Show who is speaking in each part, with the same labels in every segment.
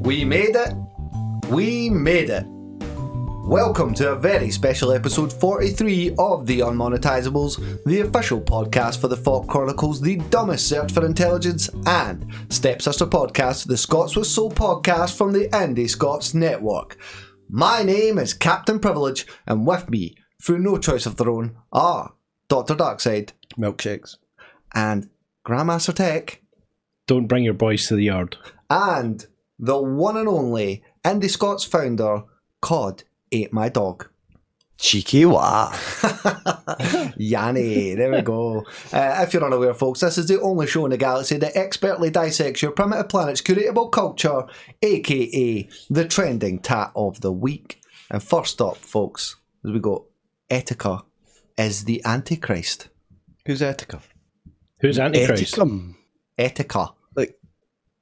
Speaker 1: We made it! We made it! Welcome to a very special episode 43 of The Unmonetizables, the official podcast for the Folk Chronicles, the dumbest search for intelligence, and Step Sister Podcast, the Scots with Soul podcast from the Indie Scots Network. My name is Captain Privilege, and with me, through no choice of their own, are Dr. Darkside
Speaker 2: Milkshakes.
Speaker 1: and Grandmaster Tech.
Speaker 2: Don't bring your boys to the yard.
Speaker 1: and the one and only Indie Scots founder, Cod Ate My Dog.
Speaker 3: Cheeky wah.
Speaker 1: Yanni, there we go. Uh, if you're unaware, folks, this is the only show in the galaxy that expertly dissects your primitive planet's curatable culture, aka the trending tat of the week. And first up, folks, as we go, Etika is the Antichrist.
Speaker 3: Who's Etika?
Speaker 2: Who's Antichrist?
Speaker 3: Eticum.
Speaker 1: Etika.
Speaker 3: Like,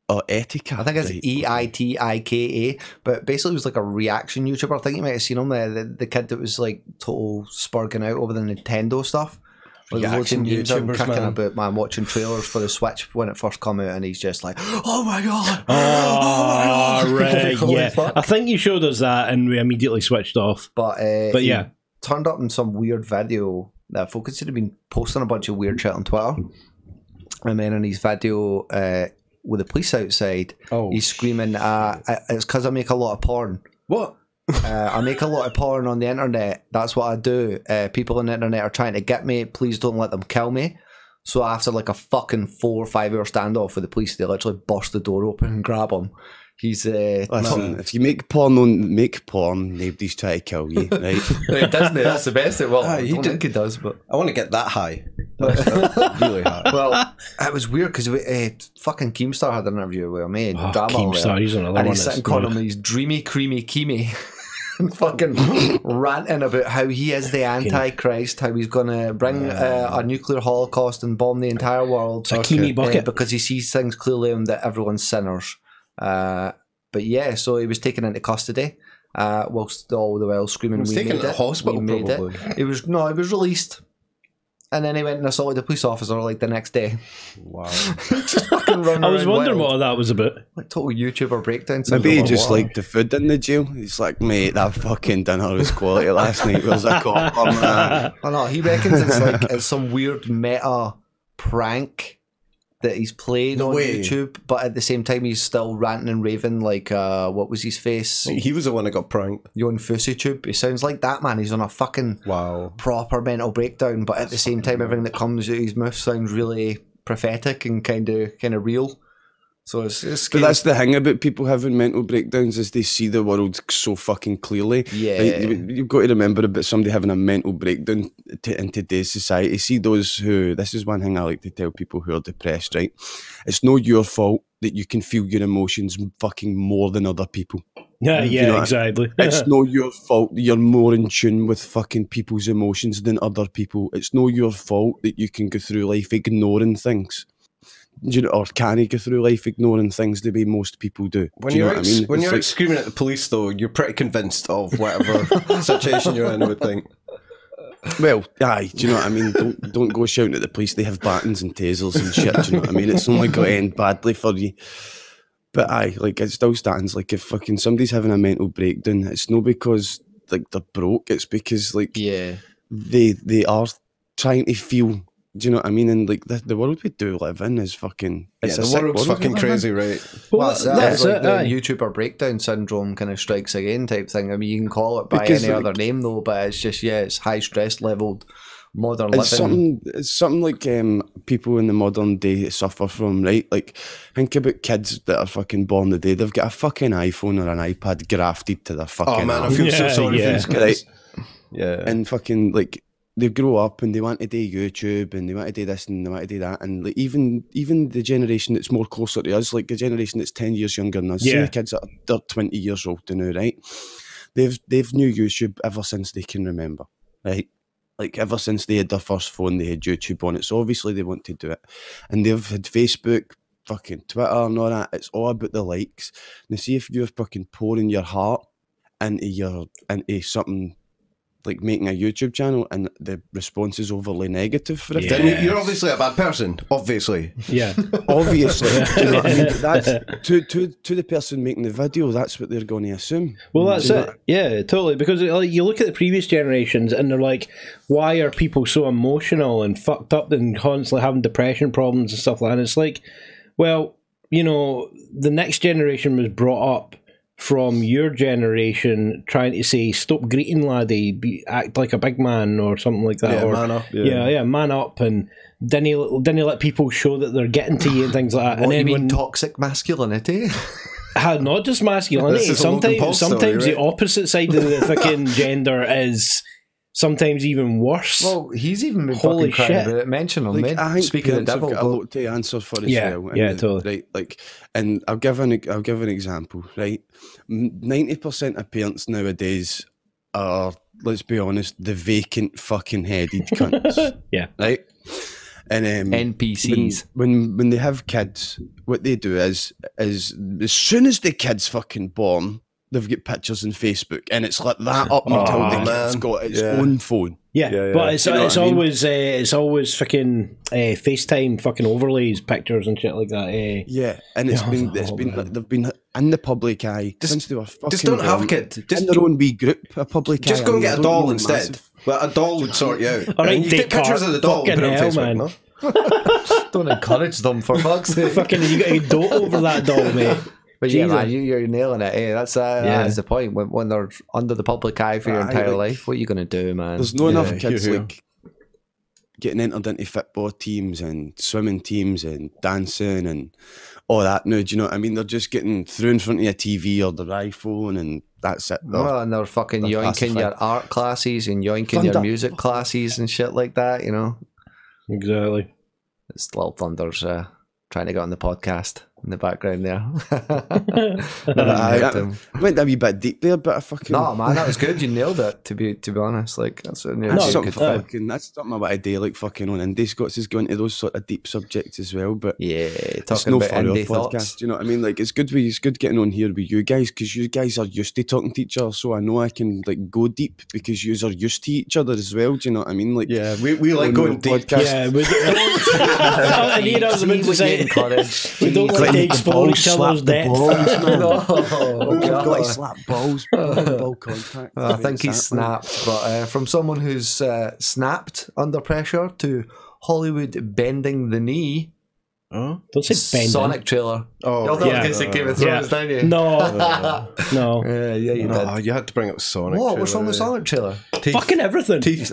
Speaker 3: oh, Etika.
Speaker 1: I think it's
Speaker 3: right.
Speaker 1: E I T I K A, but basically it was like a reaction YouTuber. I think you might have seen him, the, the, the kid that was like total spurging out over the Nintendo stuff. Like there's loads of
Speaker 2: Reaction
Speaker 1: news of him
Speaker 2: YouTubers,
Speaker 1: kicking
Speaker 2: man.
Speaker 1: about man watching trailers for the Switch when it first come out, and he's just like, "Oh my god,
Speaker 2: Oh, right,
Speaker 1: Holy
Speaker 2: yeah.
Speaker 1: fuck.
Speaker 2: I think you showed us that and we immediately switched off.
Speaker 1: But uh,
Speaker 2: But
Speaker 1: he
Speaker 2: yeah.
Speaker 1: turned up in some weird video that Focus had been posting a bunch of weird shit on Twitter, and then in his video uh, with the police outside,
Speaker 2: Oh.
Speaker 1: he's screaming, uh, "I- "It's because I make a lot of porn."
Speaker 2: What?
Speaker 1: Uh, I make a lot of porn on the internet. That's what I do. Uh, people on the internet are trying to get me. Please don't let them kill me. So after like a fucking four or five hour standoff with the police, they literally bust the door open and grab him. He's uh,
Speaker 3: Listen, if you make porn, don't make porn. Nobody's trying to kill you, right?
Speaker 1: doesn't it? That's the best. It well,
Speaker 4: Aye, Ah, he
Speaker 1: I don't
Speaker 4: did-
Speaker 1: think he does, but
Speaker 4: I want to get that high. That's that's really high.
Speaker 1: well, it was weird because uh, fucking Keemstar had an interview with me,
Speaker 4: Ah,
Speaker 2: Oh,
Speaker 1: drama or whatever.
Speaker 2: Keemstar, he's another
Speaker 1: and
Speaker 2: one.
Speaker 1: he's
Speaker 2: that's
Speaker 1: sitting calling
Speaker 2: not-
Speaker 1: him these dreamy, creamy, keemy, and fucking ranting about how he is the antichrist, how he's gonna bring uh, a nuclear holocaust and bomb the entire world
Speaker 2: It's a Kimi
Speaker 1: uh,
Speaker 2: bucket.
Speaker 1: because he sees things clearly and that everyone's sinners. Uh, but yeah, so he was taken into custody. Uh, whilst all the while screaming,
Speaker 4: He was
Speaker 1: "We
Speaker 4: taken
Speaker 1: made
Speaker 4: to
Speaker 1: it,
Speaker 4: hospital,
Speaker 1: we made it."
Speaker 4: probably.
Speaker 1: It was no, it was released, and then he went and assaulted a police officer like the next day.
Speaker 4: Wow.
Speaker 1: Just fucking running
Speaker 2: I was
Speaker 1: around
Speaker 2: wondering
Speaker 1: wild.
Speaker 2: what that was about.
Speaker 1: like total YouTuber breakdown. syndrome
Speaker 3: Maybe he
Speaker 1: or
Speaker 3: just
Speaker 1: what.
Speaker 3: liked the food in the jail. He's like, mate, that fucking dinner was quality last night. Where's a cop
Speaker 1: Oh,
Speaker 3: on that?
Speaker 1: I know he reckons it's like it's some weird meta prank that he's played
Speaker 4: No
Speaker 1: on
Speaker 4: way.
Speaker 1: YouTube, but at the same time he's still ranting and raving like uh, what was his face?
Speaker 4: He was the one that got pranked.
Speaker 1: Yon Fussy Tube. He sounds like that man. He's on a fucking
Speaker 4: Wow.
Speaker 1: proper mental breakdown, but at the same time everything that comes out of his mouth sounds really prophetic and kind of kind of real. So it's, it's
Speaker 3: But
Speaker 1: scary.
Speaker 3: that's the thing about people having mental breakdowns is they see the world so fucking clearly.
Speaker 1: Yeah.
Speaker 3: Like, you- you've got to remember about somebody having a mental breakdown t- in today's society. See those who, this is one thing I like to tell people who are depressed, right? It's not your fault that you can feel your emotions fucking more than other people.
Speaker 2: Yeah, yeah,
Speaker 3: know,
Speaker 2: exactly.
Speaker 3: It's not your fault that you're more in tune with fucking people's emotions than other people. It's not your fault that you can go through life ignoring things. Do you know, or can you go through life ignoring things the way most people do?
Speaker 4: When
Speaker 3: do you
Speaker 4: you're
Speaker 3: know
Speaker 4: out,
Speaker 3: what I mean?
Speaker 4: when
Speaker 3: It's
Speaker 4: you're out
Speaker 3: like-
Speaker 4: screaming at the police, though, you're pretty convinced of whatever situation you're in. I would think.
Speaker 3: Well, aye, do you know what I mean? Don't don't go shouting at the police. They have batons and tasers and shit. Do you know what I mean? It's only going to end badly for you. But aye, like it still stands. Like if fucking somebody's having a mental breakdown, it's not because like they're broke. It's because like
Speaker 1: yeah.
Speaker 3: they they are trying to feel. Do you know what I mean? And like the, the world we do live in is fucking. It's
Speaker 4: yeah,
Speaker 3: a
Speaker 4: the
Speaker 3: sick world
Speaker 4: world's
Speaker 3: we
Speaker 4: fucking
Speaker 3: live in.
Speaker 4: crazy, right?
Speaker 2: Well,
Speaker 1: Well,
Speaker 2: that's,
Speaker 1: that's, that's like
Speaker 2: it,
Speaker 1: the
Speaker 2: aye.
Speaker 1: YouTuber breakdown syndrome kind of strikes again type thing. I mean, you can call it by
Speaker 3: Because,
Speaker 1: any
Speaker 3: like-
Speaker 1: other name though, but it's just yeah, it's high stress leveled modern living.
Speaker 3: It's something, it's something like um, people in the modern day suffer from, right? Like, think about kids that are fucking born the day they've got a fucking iPhone or an iPad grafted to their fucking.
Speaker 4: Oh man, I
Speaker 3: arm.
Speaker 4: feel so
Speaker 2: Yeah,
Speaker 4: sorry
Speaker 2: yeah.
Speaker 4: for these guys. Yeah.
Speaker 3: and fucking like they grow up and they want to do YouTube and they want to do this and they want to do that and like even even the generation that's more closer to us, like the generation that's ten years younger than us, see
Speaker 2: Yeah.
Speaker 3: the kids that are they're twenty years old now, right? They've they've knew YouTube ever since they can remember, right? Like ever since they had their first phone, they had YouTube on it. So obviously they want to do it, and they've had Facebook, fucking Twitter, and all that. It's all about the likes. Now see if you're fucking pouring your heart into your into eh, something like making a YouTube channel and the response is overly negative for a
Speaker 2: Yeah.
Speaker 3: thing.
Speaker 4: Then you- you're obviously a bad person, obviously.
Speaker 2: Yeah.
Speaker 3: Obviously, do you know what I mean? That's to, to to the person making the video. That's what they're going to assume.
Speaker 2: Well, that's
Speaker 3: Do you know-
Speaker 2: it. Yeah, totally. Because like, you look at the previous generations and they're like, why are people so emotional and fucked up and constantly having depression problems and stuff like that? And it's like, well, you know, the next generation was brought up from your generation trying to say, stop greeting laddie, be, act like a big man or something like that.
Speaker 4: Yeah,
Speaker 2: or,
Speaker 4: man up.
Speaker 2: Yeah. yeah, man up. And then you, then you let people show that they're getting to you and things like that.
Speaker 1: What
Speaker 2: and
Speaker 1: you
Speaker 2: then
Speaker 1: mean toxic masculinity?
Speaker 2: how not just masculinity.
Speaker 4: This is a Logan
Speaker 2: sometimes
Speaker 4: Paul story,
Speaker 2: sometimes the
Speaker 4: right?
Speaker 2: opposite side of the fucking gender is sometimes even worse.
Speaker 1: well, he's even been
Speaker 2: Holy
Speaker 1: fucking crying
Speaker 2: shit.
Speaker 1: about it. Mention him.
Speaker 3: Like,
Speaker 1: mate.
Speaker 3: I think
Speaker 1: Speaking of the
Speaker 3: parents have
Speaker 1: devil,
Speaker 3: got a
Speaker 1: but-
Speaker 3: lot to answer for as
Speaker 2: Yeah,
Speaker 3: well. and
Speaker 2: yeah,
Speaker 3: the-
Speaker 2: totally.
Speaker 3: Right, like, and I'll give an I'll give an example. Right, ninety percent of parents nowadays are, let's be honest, the vacant fucking headed cunts.
Speaker 2: Yeah.
Speaker 3: right. And um, when,
Speaker 1: NPCs.
Speaker 3: when when they have kids, what they do is is as soon as the kid's fucking born, they've got pictures on Facebook, and it's like that up
Speaker 2: Oh,
Speaker 3: until the
Speaker 4: Aw,
Speaker 3: kid's
Speaker 4: man.
Speaker 3: got its
Speaker 4: Yeah.
Speaker 3: own phone.
Speaker 2: yeah,
Speaker 4: Yeah, yeah.
Speaker 2: but it's,
Speaker 3: You know
Speaker 2: it's
Speaker 3: what I mean?
Speaker 2: always uh, it's always fucking uh, FaceTime fucking overlays, pictures and shit like that. eh.
Speaker 3: Yeah, and it's
Speaker 2: Yeah.
Speaker 3: been it's
Speaker 2: Oh,
Speaker 3: been
Speaker 2: man.
Speaker 3: like, they've been in the public eye
Speaker 4: Just-
Speaker 3: since they were fucking.
Speaker 4: Just don't have a
Speaker 3: born.
Speaker 4: kid.
Speaker 3: in
Speaker 4: Just,
Speaker 3: their own wee group, a public. eye,
Speaker 4: just
Speaker 3: I
Speaker 4: go and
Speaker 3: mean, I
Speaker 4: get a
Speaker 3: don't
Speaker 4: doll
Speaker 3: know,
Speaker 4: instead.
Speaker 3: massive-
Speaker 4: Well, a doll would sort you out.
Speaker 2: All right,
Speaker 4: And you take
Speaker 2: Descartes.
Speaker 4: pictures of the doll
Speaker 2: Fucking
Speaker 4: and put it on
Speaker 2: hell,
Speaker 4: Facebook,
Speaker 2: man.
Speaker 4: no?
Speaker 3: Mm.
Speaker 1: Don't encourage them for fuck's sake.
Speaker 2: fucking you got to dote over that doll, mate.
Speaker 1: But yeah,
Speaker 2: Jesus.
Speaker 1: man, you, you're nailing it. eh? that's uh,
Speaker 2: Yeah.
Speaker 1: that's the point. When, when they're under the public eye for your
Speaker 3: Aye,
Speaker 1: entire
Speaker 3: like-
Speaker 1: life, what are you gonna do, man?
Speaker 3: There's no
Speaker 4: Yeah,
Speaker 3: enough kids
Speaker 4: here, here.
Speaker 3: like getting entered into football teams and swimming teams and dancing and all that. No, do you know what I mean? They're just getting through in front of a TV or their iPhone, and that's it. They're-
Speaker 1: Well, and they're fucking
Speaker 3: they're
Speaker 1: yoinking your
Speaker 3: classified.
Speaker 1: art classes and yoinking your
Speaker 3: Thunder.
Speaker 1: music classes and shit like that. You know,
Speaker 2: Exactly.
Speaker 1: it's Lil Thunder's uh, trying to get on the podcast in the background there.
Speaker 3: But
Speaker 1: Never
Speaker 3: aye,
Speaker 1: mind
Speaker 3: that-
Speaker 1: him.
Speaker 3: went a wee bit deep there, but I fucking
Speaker 1: no, man, that was good. You nailed it. To be to be honest, like that's a,
Speaker 3: That's
Speaker 1: that's a
Speaker 3: something
Speaker 1: good film.
Speaker 3: fucking. That's something about a day like fucking on Indie Scots is going to those sort of deep subjects as well. But
Speaker 1: Yeah,
Speaker 3: it's
Speaker 1: talking
Speaker 3: no
Speaker 1: about
Speaker 3: fun our
Speaker 1: indie
Speaker 3: podcast.
Speaker 1: thoughts.
Speaker 3: Do you know what I mean? Like it's good. We it's good getting on here with you guys because you guys are used to talking to each other. So I know I can like go deep because you are used to each other as well. Do you know what I mean? Like
Speaker 4: Yeah, we, we like
Speaker 3: on
Speaker 4: going
Speaker 3: the
Speaker 4: deep.
Speaker 3: podcast.
Speaker 2: Yeah, we, and here I was about to say, we don't like to
Speaker 3: Clint,
Speaker 2: explore
Speaker 3: balls
Speaker 2: each
Speaker 3: slap
Speaker 2: other's
Speaker 3: the
Speaker 2: depth.
Speaker 3: balls, man.
Speaker 1: No,
Speaker 3: We've got to
Speaker 1: Oh, God.
Speaker 3: slap balls, ball contact.
Speaker 1: I think he's snapped, but uh, from someone who's uh, snapped under pressure to Hollywood bending the knee,
Speaker 4: Oh,
Speaker 2: Don't say bending. Oh,
Speaker 1: Sonic trailer. Y'all thought
Speaker 2: yeah.
Speaker 1: it was Game of
Speaker 2: Yeah.
Speaker 1: Thrones, didn't you?
Speaker 2: No, no,
Speaker 1: Yeah, yeah, you
Speaker 4: No,
Speaker 1: did.
Speaker 4: you had to bring up Sonic.
Speaker 1: What? What's wrong with
Speaker 4: surely.
Speaker 1: Sonic trailer?
Speaker 2: fucking everything.
Speaker 1: Teeth.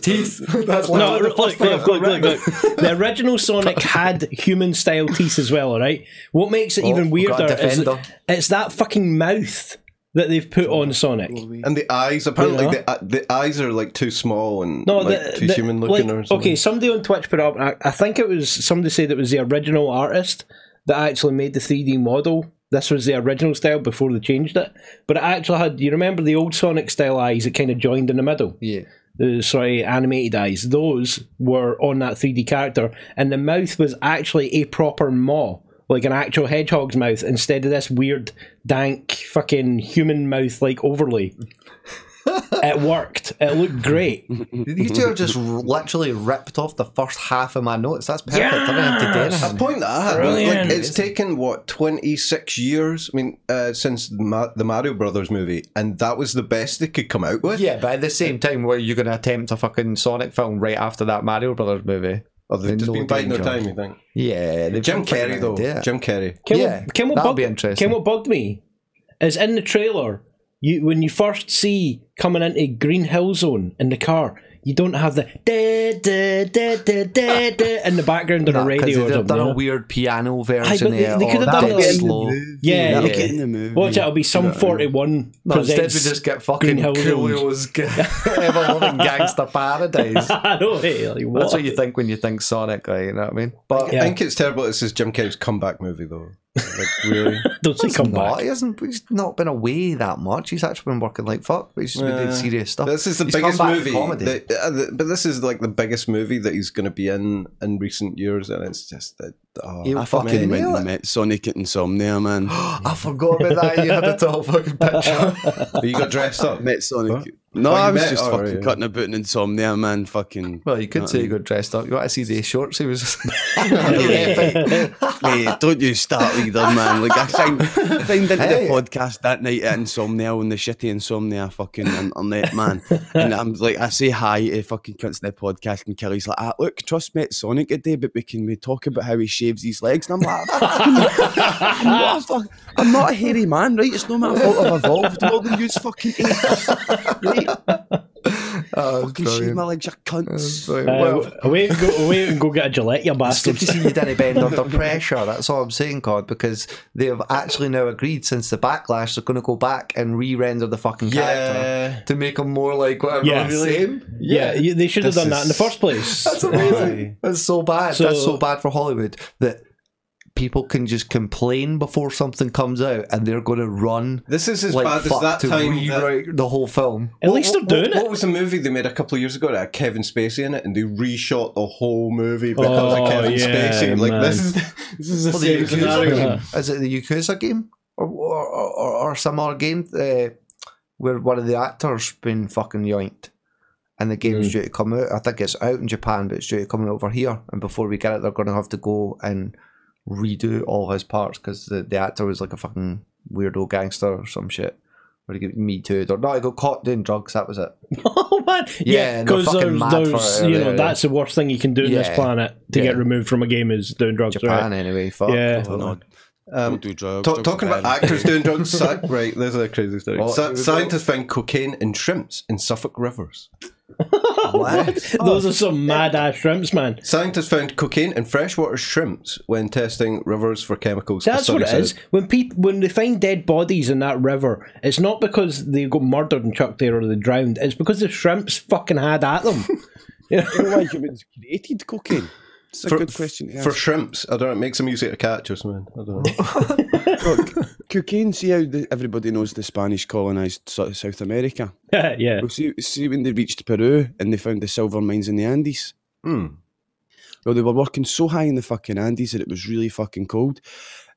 Speaker 1: That's
Speaker 2: No,
Speaker 1: literally the
Speaker 2: look,
Speaker 1: first thing
Speaker 2: look, look,
Speaker 1: I've
Speaker 2: look,
Speaker 1: written.
Speaker 2: look, look. The original Sonic had human style teeth as well, all right? What makes it
Speaker 1: Oh,
Speaker 2: even
Speaker 1: we've got a
Speaker 2: weirder is
Speaker 1: defender.
Speaker 2: it's that fucking mouth that they've put on Sonic.
Speaker 4: And the eyes, apparently,
Speaker 2: Yeah.
Speaker 4: the, uh, the eyes are like too small and
Speaker 2: No,
Speaker 4: like,
Speaker 2: the,
Speaker 4: too
Speaker 2: the-
Speaker 4: human looking
Speaker 2: like,
Speaker 4: or something.
Speaker 2: Okay, somebody on Twitch put up, I, I think it was somebody said it was the original artist that actually made the 3D model. This was the original style before they changed it. But it actually had, you remember the old Sonic style eyes that kind of joined in the middle?
Speaker 1: Yeah.
Speaker 2: the uh, sorry animated eyes those were on that 3d character and the mouth was actually a proper maw like an actual hedgehog's mouth instead of this weird dank fucking human mouth like overlay it worked it looked great
Speaker 1: These two are just r- literally ripped off the first half of my notes. That's perfect. I don't have to do
Speaker 2: Yes.
Speaker 4: A
Speaker 1: anything.
Speaker 4: point that I had, like,
Speaker 2: Brilliant.
Speaker 4: it's taken what twenty six years. I mean, uh, since the, Ma- the Mario Brothers movie, and that was the best they could come out with.
Speaker 1: Yeah, but at the same time, were you going to attempt a fucking Sonic film right after that Mario Brothers movie?
Speaker 4: or they've just
Speaker 1: No
Speaker 4: been biding their
Speaker 1: danger.
Speaker 4: time. You think?
Speaker 1: Yeah, they've
Speaker 4: Jim
Speaker 1: been fucking
Speaker 4: Carrey though.
Speaker 1: idea.
Speaker 4: Jim Carrey.
Speaker 2: Ken,
Speaker 1: Yeah,
Speaker 2: Ken, what
Speaker 1: that'll
Speaker 2: bugged,
Speaker 1: be interesting.
Speaker 2: Ken, what bugged me is in the trailer. You when you first see coming into Green Hill Zone in the car, you don't have the da da da da da da in the background on a
Speaker 1: Because
Speaker 2: radio or
Speaker 1: they'd have
Speaker 2: something.
Speaker 1: done
Speaker 2: you
Speaker 1: a
Speaker 2: know?
Speaker 1: weird piano
Speaker 2: Aye,
Speaker 1: version
Speaker 2: but they-
Speaker 1: there.
Speaker 2: they
Speaker 1: or
Speaker 2: could have
Speaker 1: that
Speaker 2: done
Speaker 1: bit
Speaker 2: it like-
Speaker 1: slow.
Speaker 2: Yeah,
Speaker 3: That'll
Speaker 1: yeah.
Speaker 3: get in the movie.
Speaker 2: Watch it, it'll be some
Speaker 3: Yeah.
Speaker 2: 41
Speaker 1: No, instead
Speaker 2: presents.
Speaker 1: we just get fucking
Speaker 2: Green Hill
Speaker 1: Coolio's ever loving gangster paradise.
Speaker 2: I know, hey, like, what?
Speaker 1: That's what you think when you think Sonic, like, you know what I mean? But
Speaker 2: Yeah.
Speaker 4: I think it's terrible. This is Jim Carrey's comeback movie though. Like really,
Speaker 2: Don't say
Speaker 1: he's
Speaker 2: come
Speaker 1: not.
Speaker 2: back.
Speaker 1: He hasn't. He's not been away that much. He's actually been working like fuck. But he's just been doing
Speaker 4: Yeah.
Speaker 1: serious stuff.
Speaker 4: this is the
Speaker 1: He's come
Speaker 4: biggest
Speaker 1: back to
Speaker 4: movie.
Speaker 1: comedy.
Speaker 4: that- uh, the- but this is like the biggest movie that he's going to be in in recent years, and it's just that. Oh,
Speaker 1: You
Speaker 3: I
Speaker 1: Man,
Speaker 3: fucking went
Speaker 1: really?
Speaker 3: and met Sonic at Insomnia, man.
Speaker 1: I forgot about that. You had a tall fucking picture.
Speaker 4: but you got dressed up.
Speaker 3: met Sonic. No,
Speaker 4: Oh, you
Speaker 3: I was
Speaker 4: met-
Speaker 3: just
Speaker 4: oh,
Speaker 3: fucking
Speaker 4: right.
Speaker 3: cutting about an insomnia, man. Fucking.
Speaker 1: Well, you could
Speaker 3: Not
Speaker 1: say he
Speaker 3: me.
Speaker 1: got dressed up. You want to see the shorts he was.
Speaker 3: Hey, don't you start either, man. Like I signed, signed into
Speaker 1: Hey.
Speaker 3: the podcast that night at Insomnia on the shitty Insomnia fucking internet, man. And I'm like, I say hi to fucking cunts in the podcast, and Kelly's like, ah, look, trust me, it's Sonic today, but we can we talk about how he shaves his legs? And I'm like, "Ah, I'm not, a fuck, I'm not a hairy man, right? It's no my fault I've evolved more than you fucking apes, right?
Speaker 1: oh,
Speaker 3: Fucking
Speaker 1: brilliant.
Speaker 3: shave my legs, you
Speaker 1: That's
Speaker 3: cunts.
Speaker 1: brilliant.
Speaker 2: Uh,
Speaker 1: well,
Speaker 2: away and go, away and go get a Gillette, you
Speaker 1: It's good to
Speaker 2: bastards.
Speaker 1: see you didn't bend under pressure. That's all I'm saying, Cod, because they have actually now agreed since the backlash they're going to go back and re-render the fucking character
Speaker 4: Yeah.
Speaker 1: to make him more like what everyone's
Speaker 2: Yes.
Speaker 1: saying.
Speaker 2: yeah, you- they should have
Speaker 3: This
Speaker 2: done that in the
Speaker 3: is-
Speaker 2: first place.
Speaker 1: That's amazing. That's so bad.
Speaker 2: So-
Speaker 1: That's so bad for Hollywood that people can just complain before something comes out and they're going to run
Speaker 4: This is as
Speaker 1: like
Speaker 4: bad as
Speaker 1: fuck
Speaker 4: that
Speaker 1: to
Speaker 4: time. that-
Speaker 1: rewrite the whole film.
Speaker 2: At least they're
Speaker 4: what-
Speaker 2: doing
Speaker 4: what
Speaker 2: it.
Speaker 4: was the movie they made a couple of years ago that had Kevin Spacey in it, and they reshot the whole movie because
Speaker 2: Oh,
Speaker 4: of Kevin
Speaker 2: yeah,
Speaker 4: Spacey? Like
Speaker 2: man.
Speaker 4: this is this is the
Speaker 1: Well,
Speaker 4: same
Speaker 1: the
Speaker 4: scenario.
Speaker 1: Yakuza, is it the Yakuza game or or, or, or some other game uh, where one of the actors been fucking yoinked, and the game's due to come out. I think it's out in Japan, but it's due to come out over here. And before we get it, they're going to have to go and redo all his parts because the, the actor was like a fucking weirdo gangster or some shit. Or he got me too, or no, he got caught doing drugs. That was it.
Speaker 2: oh man,
Speaker 1: Yeah,
Speaker 2: yeah,
Speaker 1: they're
Speaker 2: because
Speaker 1: fucking
Speaker 2: there's,
Speaker 1: mad
Speaker 2: there's
Speaker 1: for it,
Speaker 2: you
Speaker 1: yeah,
Speaker 2: know
Speaker 1: yeah.
Speaker 2: that's the worst thing you can do on this
Speaker 1: Yeah.
Speaker 2: planet to get
Speaker 1: Yeah.
Speaker 2: removed from a game is doing drugs.
Speaker 1: Japan
Speaker 2: right?
Speaker 1: anyway. Fuck.
Speaker 2: Yeah.
Speaker 3: No, no,
Speaker 4: Um,
Speaker 3: don't do drugs.
Speaker 4: Ta-
Speaker 3: don't
Speaker 4: talking about
Speaker 3: spend.
Speaker 4: actors doing drugs, sci- right? There's a crazy story.
Speaker 1: Well,
Speaker 4: Sci-
Speaker 1: it was-
Speaker 4: scientists found cocaine in shrimps in Suffolk rivers.
Speaker 1: What?
Speaker 2: Those are
Speaker 1: Oh.
Speaker 2: some mad ass shrimps, man.
Speaker 4: Scientists found cocaine in freshwater shrimps when testing rivers for chemicals. the
Speaker 2: That's
Speaker 4: study
Speaker 2: what it
Speaker 4: said.
Speaker 2: is. When people when they find dead bodies in that river, it's not because they got murdered and chucked there or they drowned. It's because the shrimps fucking had at them.
Speaker 3: know why humans created cocaine? It's a
Speaker 4: For,
Speaker 3: good question. to
Speaker 4: for
Speaker 3: ask.
Speaker 4: shrimps, I don't know. It makes them easier to catch or something. I don't know.
Speaker 3: Look, cocaine. See how the, everybody knows the Spanish colonized so- South America.
Speaker 2: yeah,
Speaker 3: Well, see, see when they reached Peru and they found the silver mines in the Andes.
Speaker 4: Hmm.
Speaker 3: Well, they were working so high in the fucking Andes that it was really fucking cold,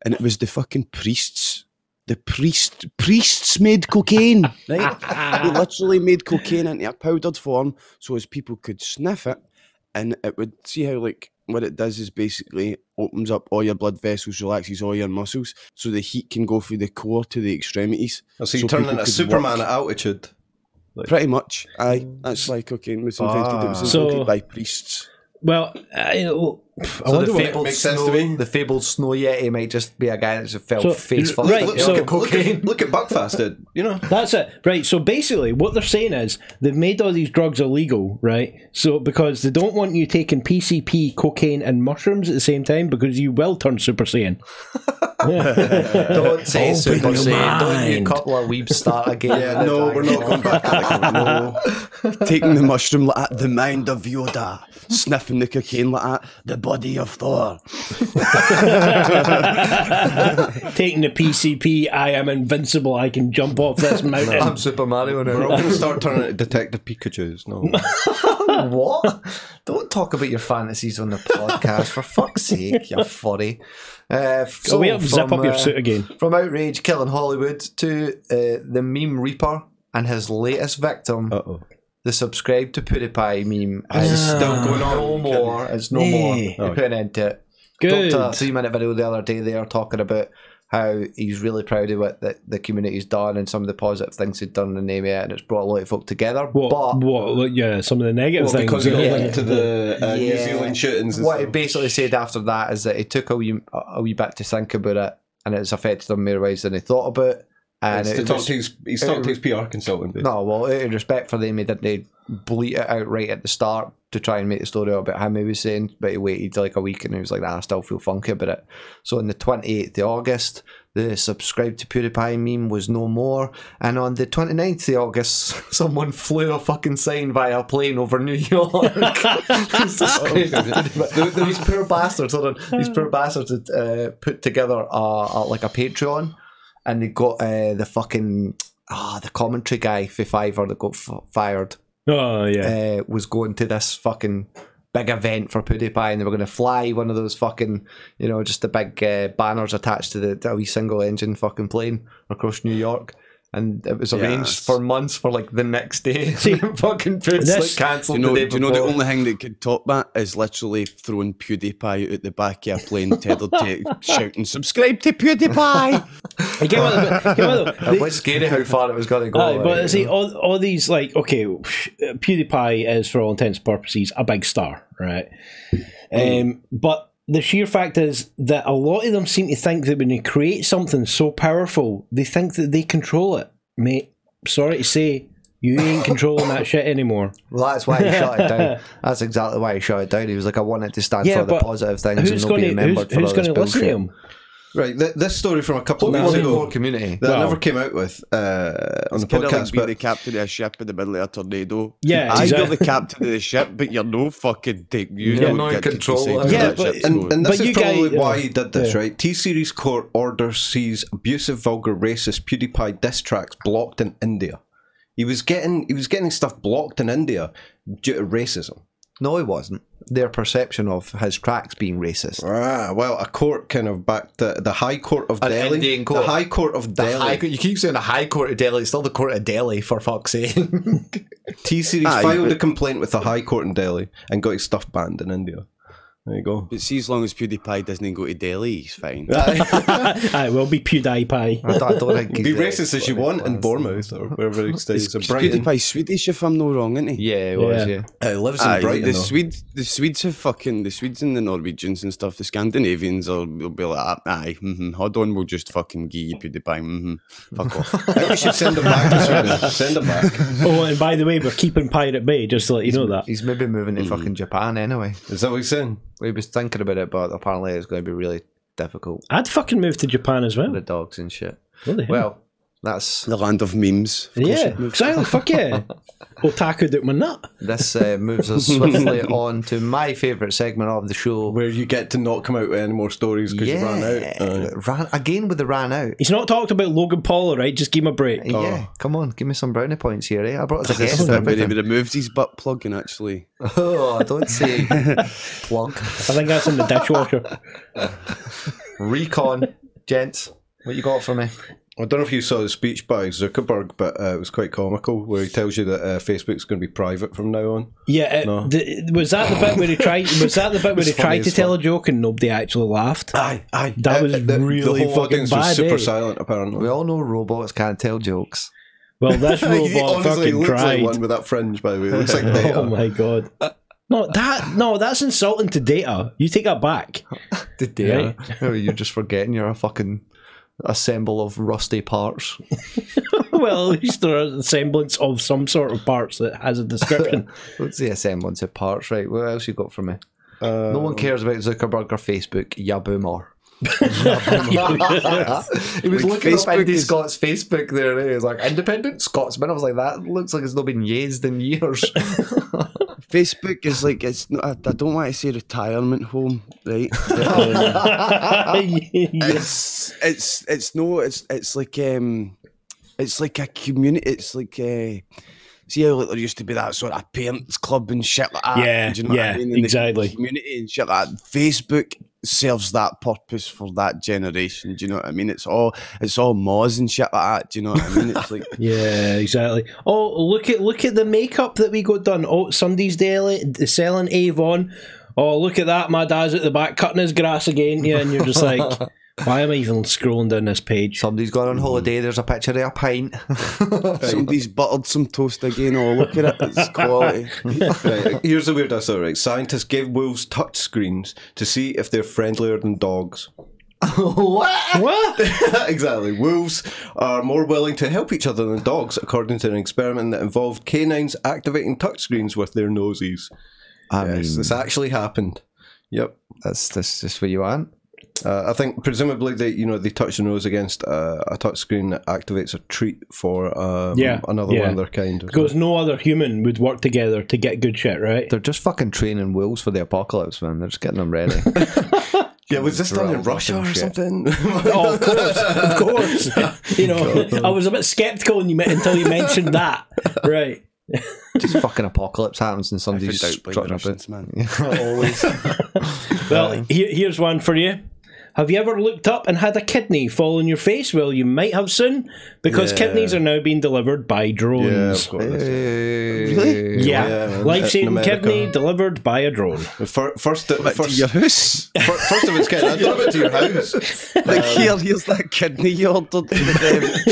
Speaker 3: and it was the fucking priests. The priest priests made cocaine,
Speaker 2: Ah,
Speaker 3: right? they literally made cocaine into a powdered form so as people could sniff it, and it would see how like what it does is basically opens up all your blood vessels, relaxes all your muscles, so the heat can go through the core to the extremities.
Speaker 4: So, you
Speaker 3: So
Speaker 4: turn
Speaker 3: people
Speaker 4: into
Speaker 3: could
Speaker 4: Superman
Speaker 3: work.
Speaker 4: at altitude.
Speaker 3: Pretty much, aye. That's like cocaine was invented. it was
Speaker 1: Ah.
Speaker 3: invented
Speaker 2: So-
Speaker 3: by priests.
Speaker 2: Well, I, I wonder
Speaker 1: the
Speaker 2: what.
Speaker 1: fabled
Speaker 4: makes sense
Speaker 1: snow,
Speaker 4: to me.
Speaker 1: the fabled snow yeti might just be a guy that just fell
Speaker 2: So,
Speaker 1: face first.
Speaker 2: right,
Speaker 1: into
Speaker 2: so-
Speaker 1: fucking
Speaker 4: Look
Speaker 1: cocaine.
Speaker 4: at, look at Buckfast, did you know?
Speaker 2: That's it, right? So basically, what they're saying is they've made all these drugs illegal, right? So because they don't want you taking PCP, cocaine, and mushrooms at the same time, because you will turn Super Saiyan.
Speaker 1: Don't say Super
Speaker 2: your
Speaker 1: Saiyan. Don't you
Speaker 2: mind.
Speaker 1: couple of weebs start again.
Speaker 4: Yeah, no, we're not going back. to the- No.
Speaker 3: taking the mushroom like that, the mind of Yoda, sniffing the cocaine like that, the body of Thor.
Speaker 2: taking the PCP, I am invincible. I can jump off this mountain.
Speaker 1: I'm Super Mario
Speaker 4: We're all
Speaker 1: now.
Speaker 4: going to start turning into Detective Pikachu's. No.
Speaker 1: what? Don't talk about your fantasies on the podcast. For fuck's sake, you're funny. Uh, f-
Speaker 2: so we have
Speaker 1: from,
Speaker 2: zip up your
Speaker 1: uh,
Speaker 2: suit again.
Speaker 1: From outrage killing Hollywood to uh, the meme reaper and his latest victim,
Speaker 4: Uh oh.
Speaker 1: the subscribe to PewDiePie meme.
Speaker 4: This is still going on.
Speaker 1: No more. It's no more.
Speaker 2: Nay.
Speaker 1: You're putting an end to it.
Speaker 2: Oh. Good.
Speaker 1: Doctor three minute video the other day there talking about how he's really proud of what the, the community's done and some of the positive things he'd done in the name of it and it's brought a lot of folk together.
Speaker 2: What?
Speaker 1: but
Speaker 2: what? like, Yeah, some of the negative
Speaker 4: Well,
Speaker 2: things.
Speaker 4: because it
Speaker 2: yeah.
Speaker 4: got linked to the uh, New
Speaker 1: Yeah.
Speaker 4: Zealand shootings. And
Speaker 1: what he
Speaker 4: stuff.
Speaker 1: basically said after that is that it took a wee, a wee bit to think about it and it's affected him more ways than he thought about. And
Speaker 4: It's
Speaker 1: it
Speaker 4: to talk
Speaker 1: was-
Speaker 4: to his, he's talked to his PR consultant. basically.
Speaker 1: no, well, out of respect for them, he didn't bleat it out right at the start to try and make the story about him. He was saying, but he waited like a week and he was like, nah, I still feel funky about it. So on the 28th of August, the subscribe to PewDiePie meme was no more. And on the 29th of August, someone flew a fucking sign via a plane over New York. Subscribe to PewDiePie. Th- These poor bastards, hold on, these poor bastards had uh, put together a, a, like a Patreon and they got uh, the fucking ah the commentary guy for Fiverr that got f- fired
Speaker 2: Oh yeah.
Speaker 1: uh, was going to this fucking big event for PewDiePie, and they were going to fly one of those fucking you know just the big uh, banners attached to the to a wee single engine fucking plane across New York. and it was
Speaker 3: Yeah,
Speaker 1: arranged
Speaker 3: it's-
Speaker 1: for months for like the next day.
Speaker 2: See,
Speaker 1: fucking food's
Speaker 2: this-
Speaker 1: like cancelled
Speaker 3: Do you know,
Speaker 1: the day
Speaker 3: do you know the
Speaker 1: before.
Speaker 3: only thing that could top that is literally throwing PewDiePie out at the back of a plane tethered to it, shouting, subscribe to PewDiePie!
Speaker 2: I get what, I get what,
Speaker 1: It was scary how far it was going to go.
Speaker 2: Aye,
Speaker 1: like,
Speaker 2: but
Speaker 1: you
Speaker 2: see,
Speaker 1: know.
Speaker 2: all, all these like okay, uh, PewDiePie is for all intents and purposes a big star, right? Um, but the sheer fact is that a lot of them seem to think that when they create something so powerful, they think that they control it, mate. Sorry to say, you ain't controlling that shit anymore.
Speaker 1: Well, that's why he shut it down. That's exactly why he shut it down. He was like, I want it to stand
Speaker 2: Yeah,
Speaker 1: for the
Speaker 2: but
Speaker 1: positive things and
Speaker 2: Who's
Speaker 1: not
Speaker 2: going
Speaker 1: be
Speaker 2: to who's,
Speaker 1: remembered for
Speaker 2: who's
Speaker 1: all this
Speaker 2: going to listen to
Speaker 1: bullshit.
Speaker 2: him?
Speaker 4: Right, th- this story from a couple of
Speaker 1: Hopefully
Speaker 4: years
Speaker 1: there'll be
Speaker 4: ago
Speaker 1: more community.
Speaker 4: that
Speaker 2: Well.
Speaker 4: I never came out with uh, on the
Speaker 3: Kind of
Speaker 4: podcast,
Speaker 3: like being
Speaker 4: but
Speaker 3: the captain of a ship in the middle of a tornado.
Speaker 2: Yeah,
Speaker 3: I,
Speaker 2: exactly.
Speaker 3: you're the captain of the ship, but you're no fucking dick. You
Speaker 1: You're
Speaker 3: don't
Speaker 1: not in
Speaker 3: get to
Speaker 1: control
Speaker 3: decide
Speaker 1: of
Speaker 3: where
Speaker 1: it.
Speaker 2: Yeah,
Speaker 3: that
Speaker 2: but-
Speaker 3: shit's
Speaker 4: and,
Speaker 3: going.
Speaker 4: and
Speaker 2: But
Speaker 4: this
Speaker 2: you
Speaker 4: is probably
Speaker 2: guys-
Speaker 4: why
Speaker 2: yeah.
Speaker 4: he did this,
Speaker 2: Yeah.
Speaker 4: right? T Series Court order sees abusive, vulgar, racist PewDiePie diss tracks blocked in India. He was getting he was getting stuff blocked in India due to racism.
Speaker 1: No, he wasn't. Their perception of his tracks being racist.
Speaker 4: Ah, well, a court kind of backed the, the High Court of
Speaker 1: An
Speaker 4: Delhi.
Speaker 1: Indian court.
Speaker 4: The High Court of
Speaker 1: The high,
Speaker 4: Delhi.
Speaker 1: you keep saying the High Court of Delhi. It's still the Court of Delhi, for fuck's sake.
Speaker 4: T Series
Speaker 3: Aye,
Speaker 4: filed
Speaker 3: but-
Speaker 4: a complaint with the High Court in Delhi and got his stuff banned in India. There you go.
Speaker 3: But see, as long as PewDiePie doesn't go to Delhi, he's fine.
Speaker 2: I will be PewDiePie.
Speaker 1: I don't, I don't think he's
Speaker 4: Be
Speaker 1: there.
Speaker 4: racist as you want in Bournemouth or wherever he stays. in Brighton.
Speaker 3: PewDiePie's Swedish, if I'm no wrong, isn't he?
Speaker 1: Yeah, he was,
Speaker 2: Yeah.
Speaker 1: yeah.
Speaker 4: Uh, he lives in
Speaker 3: Aye,
Speaker 4: Brighton.
Speaker 3: the
Speaker 4: though.
Speaker 3: Swedes, the Swedes have fucking the Swedes and the Norwegians and stuff. The Scandinavians will, will be like, "Ah, aye, mm-hmm, hold on, we'll just fucking give you PewDiePie. Mm-hmm, fuck off.
Speaker 4: I think we should send him back to Sweden. Send him back.
Speaker 2: oh, and by the way, we're keeping Pirate Bay just to let you know that.
Speaker 1: He's maybe moving to fucking Japan anyway.
Speaker 4: Is that what he's saying?
Speaker 1: He was thinking about it, but apparently it's going to be really difficult
Speaker 2: I'd fucking move to Japan as well.
Speaker 1: with the dogs and shit.
Speaker 2: Bloody hell.
Speaker 1: Well, that's
Speaker 3: the land of memes. Of course
Speaker 2: Yeah,
Speaker 3: it moves.
Speaker 2: exactly. Fuck yeah. Otaku out my nut.
Speaker 1: this uh, moves us swiftly on to my favourite segment of the show.
Speaker 4: Where you get to not come out with any more stories because
Speaker 1: yeah,
Speaker 4: you ran out. Uh,
Speaker 1: Ran- again with the ran out.
Speaker 2: He's not talked about Logan Paul, all right? Just give him a break.
Speaker 1: Yeah, come on, give me some brownie points here, eh? I brought us Oh. a
Speaker 3: This
Speaker 1: guest.
Speaker 3: is
Speaker 1: and
Speaker 3: the bit he
Speaker 1: everything.
Speaker 3: would have moved his butt plug and actually.
Speaker 1: Oh, I don't say plug.
Speaker 2: I think that's in the dishwasher.
Speaker 1: Recon, gents, what you got for me?
Speaker 4: I don't know if you saw the speech by Zuckerberg, but uh, it was quite comical where he tells you that uh, Facebook's going to be private from now on.
Speaker 2: Yeah, it, the, was that the bit where he tried? Was that the bit where he
Speaker 4: funny
Speaker 2: tried to
Speaker 4: as
Speaker 2: tell a joke and nobody actually laughed?
Speaker 4: Aye, aye.
Speaker 2: That was really
Speaker 4: the whole
Speaker 2: fucking
Speaker 4: audience
Speaker 2: bad,
Speaker 4: was super
Speaker 2: eh?
Speaker 4: silent, apparently.
Speaker 1: We all know robots can't tell jokes.
Speaker 2: Well, this
Speaker 4: He
Speaker 2: robot
Speaker 4: honestly
Speaker 2: fucking
Speaker 4: looks
Speaker 2: tried.
Speaker 4: like one with that fringe, by the way. It looks like data.
Speaker 2: oh my god. No, that no, that's insulting to data. You take that back.
Speaker 1: Did they? Oh, you're just forgetting you're a fucking assemble of rusty parts.
Speaker 2: well, at least there is a semblance of some sort of parts that has a description.
Speaker 1: What's the assemblance of parts, right? What else you got for me? no one cares about Zuckerberg or Facebook, ya boomer. he was
Speaker 3: Like,
Speaker 1: looking up
Speaker 3: Facebook
Speaker 1: Andy
Speaker 3: is-
Speaker 1: Scott's Facebook there, and he was like, Independent Scotsman. I was like, that looks like it's not been yazed in years.
Speaker 3: Facebook is like it's. Not, I, I don't want to say retirement home, right? um,
Speaker 2: Oh,
Speaker 3: it's it's it's no it's it's like um it's like a community it's like uh see how like, there used to be that sort of parents club and shit like that
Speaker 2: Yeah,
Speaker 3: do you know what
Speaker 2: yeah,
Speaker 3: I mean? And the
Speaker 2: exactly.
Speaker 3: community and shit like that facebook serves that purpose for that generation do you know what i mean it's all it's all maws and shit like that do you know what i mean it's like
Speaker 2: Yeah, exactly. Oh, look at look at the makeup that we got done. Oh, somebody's daily selling Avon. Oh, look at that! My dad's at the back cutting his grass again. Yeah, and you're just like, why am I even scrolling down this page?
Speaker 1: Somebody's gone on holiday, there's a picture of a pint.
Speaker 3: somebody's buttered some toast again oh look at it it's quality
Speaker 4: Right, here's the weirdest though, right? Scientists gave wolves touch screens to see if they're friendlier than dogs.
Speaker 1: what?
Speaker 2: What?
Speaker 4: exactly. Wolves are more willing to help each other than dogs, according to an experiment that involved canines activating touchscreens with their noses.
Speaker 1: I
Speaker 4: Yes,
Speaker 1: mean,
Speaker 4: this actually happened. Yep.
Speaker 1: that's, that's just what you want.
Speaker 4: Uh, I think presumably they, you know, they touch the nose against uh, a touchscreen that activates a treat for um,
Speaker 2: Yeah,
Speaker 4: another
Speaker 2: yeah.
Speaker 4: one of their kind.
Speaker 2: Because no other human would work together to get good shit, right?
Speaker 1: They're just fucking training wolves for the apocalypse, man. They're just getting them ready.
Speaker 4: yeah, was this done in
Speaker 1: Drilled
Speaker 4: Russia
Speaker 1: and
Speaker 4: or
Speaker 1: shit.
Speaker 4: something?
Speaker 2: Oh, of course, of course. you know, I was a bit skeptical when you met, until you mentioned that, right?
Speaker 1: just fucking apocalypse happens and somebody's
Speaker 3: Without
Speaker 1: just
Speaker 3: blame
Speaker 1: strutting
Speaker 3: the
Speaker 1: up it.
Speaker 3: Russians, man.
Speaker 1: Always.
Speaker 2: Well, here, here's one for you. Have you ever looked up and had a kidney fall on your face? Well, you might have soon because kidneys are now being delivered by drones.
Speaker 4: Really?
Speaker 2: Yeah, life saving kidney
Speaker 4: kidney.
Speaker 2: delivered by a drone.
Speaker 4: First, first,
Speaker 3: First, your
Speaker 4: first,
Speaker 3: house.
Speaker 4: fir- first of its kind. I'd love it to your house.
Speaker 3: Like here, here's that kidney you ordered. But,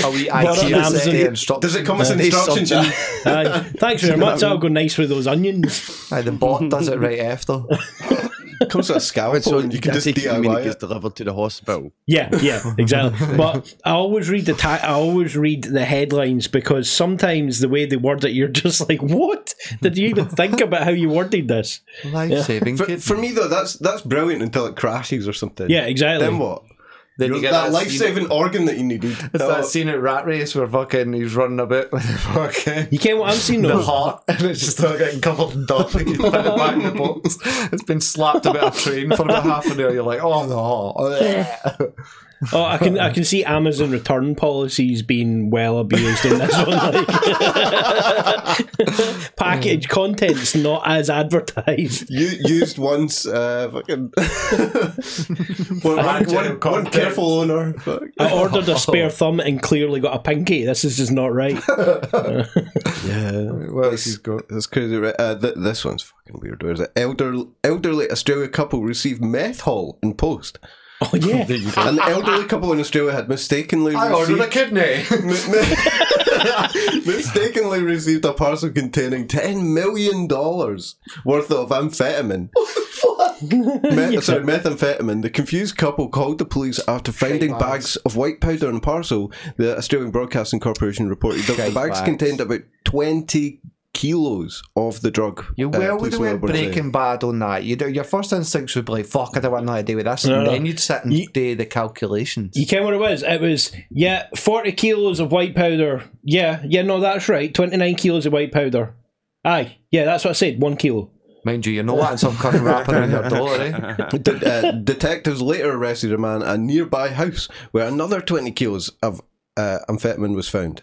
Speaker 1: Are we IKEA
Speaker 2: Amazon-
Speaker 1: set the instructions?
Speaker 4: Does it come with
Speaker 3: they
Speaker 4: instructions?
Speaker 3: subbed
Speaker 2: Aye. Uh, thanks very much. I'll go nice with those onions.
Speaker 1: Aye, the bot does it right after.
Speaker 4: It comes with a
Speaker 3: um,
Speaker 4: scalpel.
Speaker 3: so
Speaker 4: and
Speaker 3: you can just
Speaker 4: take
Speaker 3: take it, you mean it
Speaker 4: DIY
Speaker 3: gets
Speaker 4: it.
Speaker 3: delivered to the hospital.
Speaker 2: Yeah, yeah, exactly. but I always read the ta- I always read the headlines because sometimes the way they word it, you're just like, what? Did you even think about how you worded this?
Speaker 1: Life saving
Speaker 4: For,
Speaker 1: kid.
Speaker 4: for me though, that's that's brilliant until it crashes or something.
Speaker 2: Yeah, exactly.
Speaker 4: Then what?
Speaker 1: Then
Speaker 4: You're-
Speaker 1: you get
Speaker 4: that
Speaker 1: that
Speaker 4: life saving organ that you needed.
Speaker 1: It's
Speaker 4: Oh,
Speaker 1: that scene at Rat Race where fucking he's running about with the fucking
Speaker 2: You can't. I've seen
Speaker 1: the
Speaker 2: those.
Speaker 1: heart and it's just all getting covered in dust and you put it back in the box. It's been slapped about a train for about half an hour. You're like, oh no.
Speaker 2: Oh, I can I can see Amazon return policies being well abused in this one. Like package contents not as advertised.
Speaker 4: You used once, uh, fucking. one, one, one, one
Speaker 1: content.
Speaker 4: careful owner. Fuck.
Speaker 2: I ordered a
Speaker 4: Oh.
Speaker 2: spare thumb and clearly got a pinky. This is just not right.
Speaker 1: What else he's got?
Speaker 4: That's crazy, right? Uh, th- this one's fucking weird. Where's it? Elder, elderly Australia couple received meth haul in post.
Speaker 2: Oh yeah.
Speaker 4: An elderly couple in Australia had mistakenly
Speaker 1: I ordered
Speaker 4: received
Speaker 1: a kidney.
Speaker 4: mistakenly received a parcel containing ten million dollars worth of amphetamine. Meth- Sorry, methamphetamine. The confused couple called the police after finding bags of white powder in a parcel. The Australian Broadcasting Corporation reported that the
Speaker 1: Shite
Speaker 4: bags
Speaker 1: bags.
Speaker 4: contained about twenty kilos of the drug.
Speaker 1: You
Speaker 4: uh,
Speaker 1: well would
Speaker 4: police
Speaker 1: have
Speaker 4: in
Speaker 1: went
Speaker 4: Melbourne say.
Speaker 1: Breaking Bad on that. You your first instincts would be like, "Fuck, I don't want nothing to do with this," and
Speaker 2: No.
Speaker 1: then you'd sit and
Speaker 2: Ye-
Speaker 1: do the calculations.
Speaker 2: You ken what it was? It was yeah, forty kilos of white powder. Yeah, yeah, no, that's right. Twenty nine kilos of white powder. Aye, yeah, that's what I said. One kilo.
Speaker 1: Mind you, you're not wanting some cunt wrapping around your door, eh?
Speaker 4: De- uh, detectives later arrested a man at a nearby house where another 20 kilos of uh, amphetamine was found.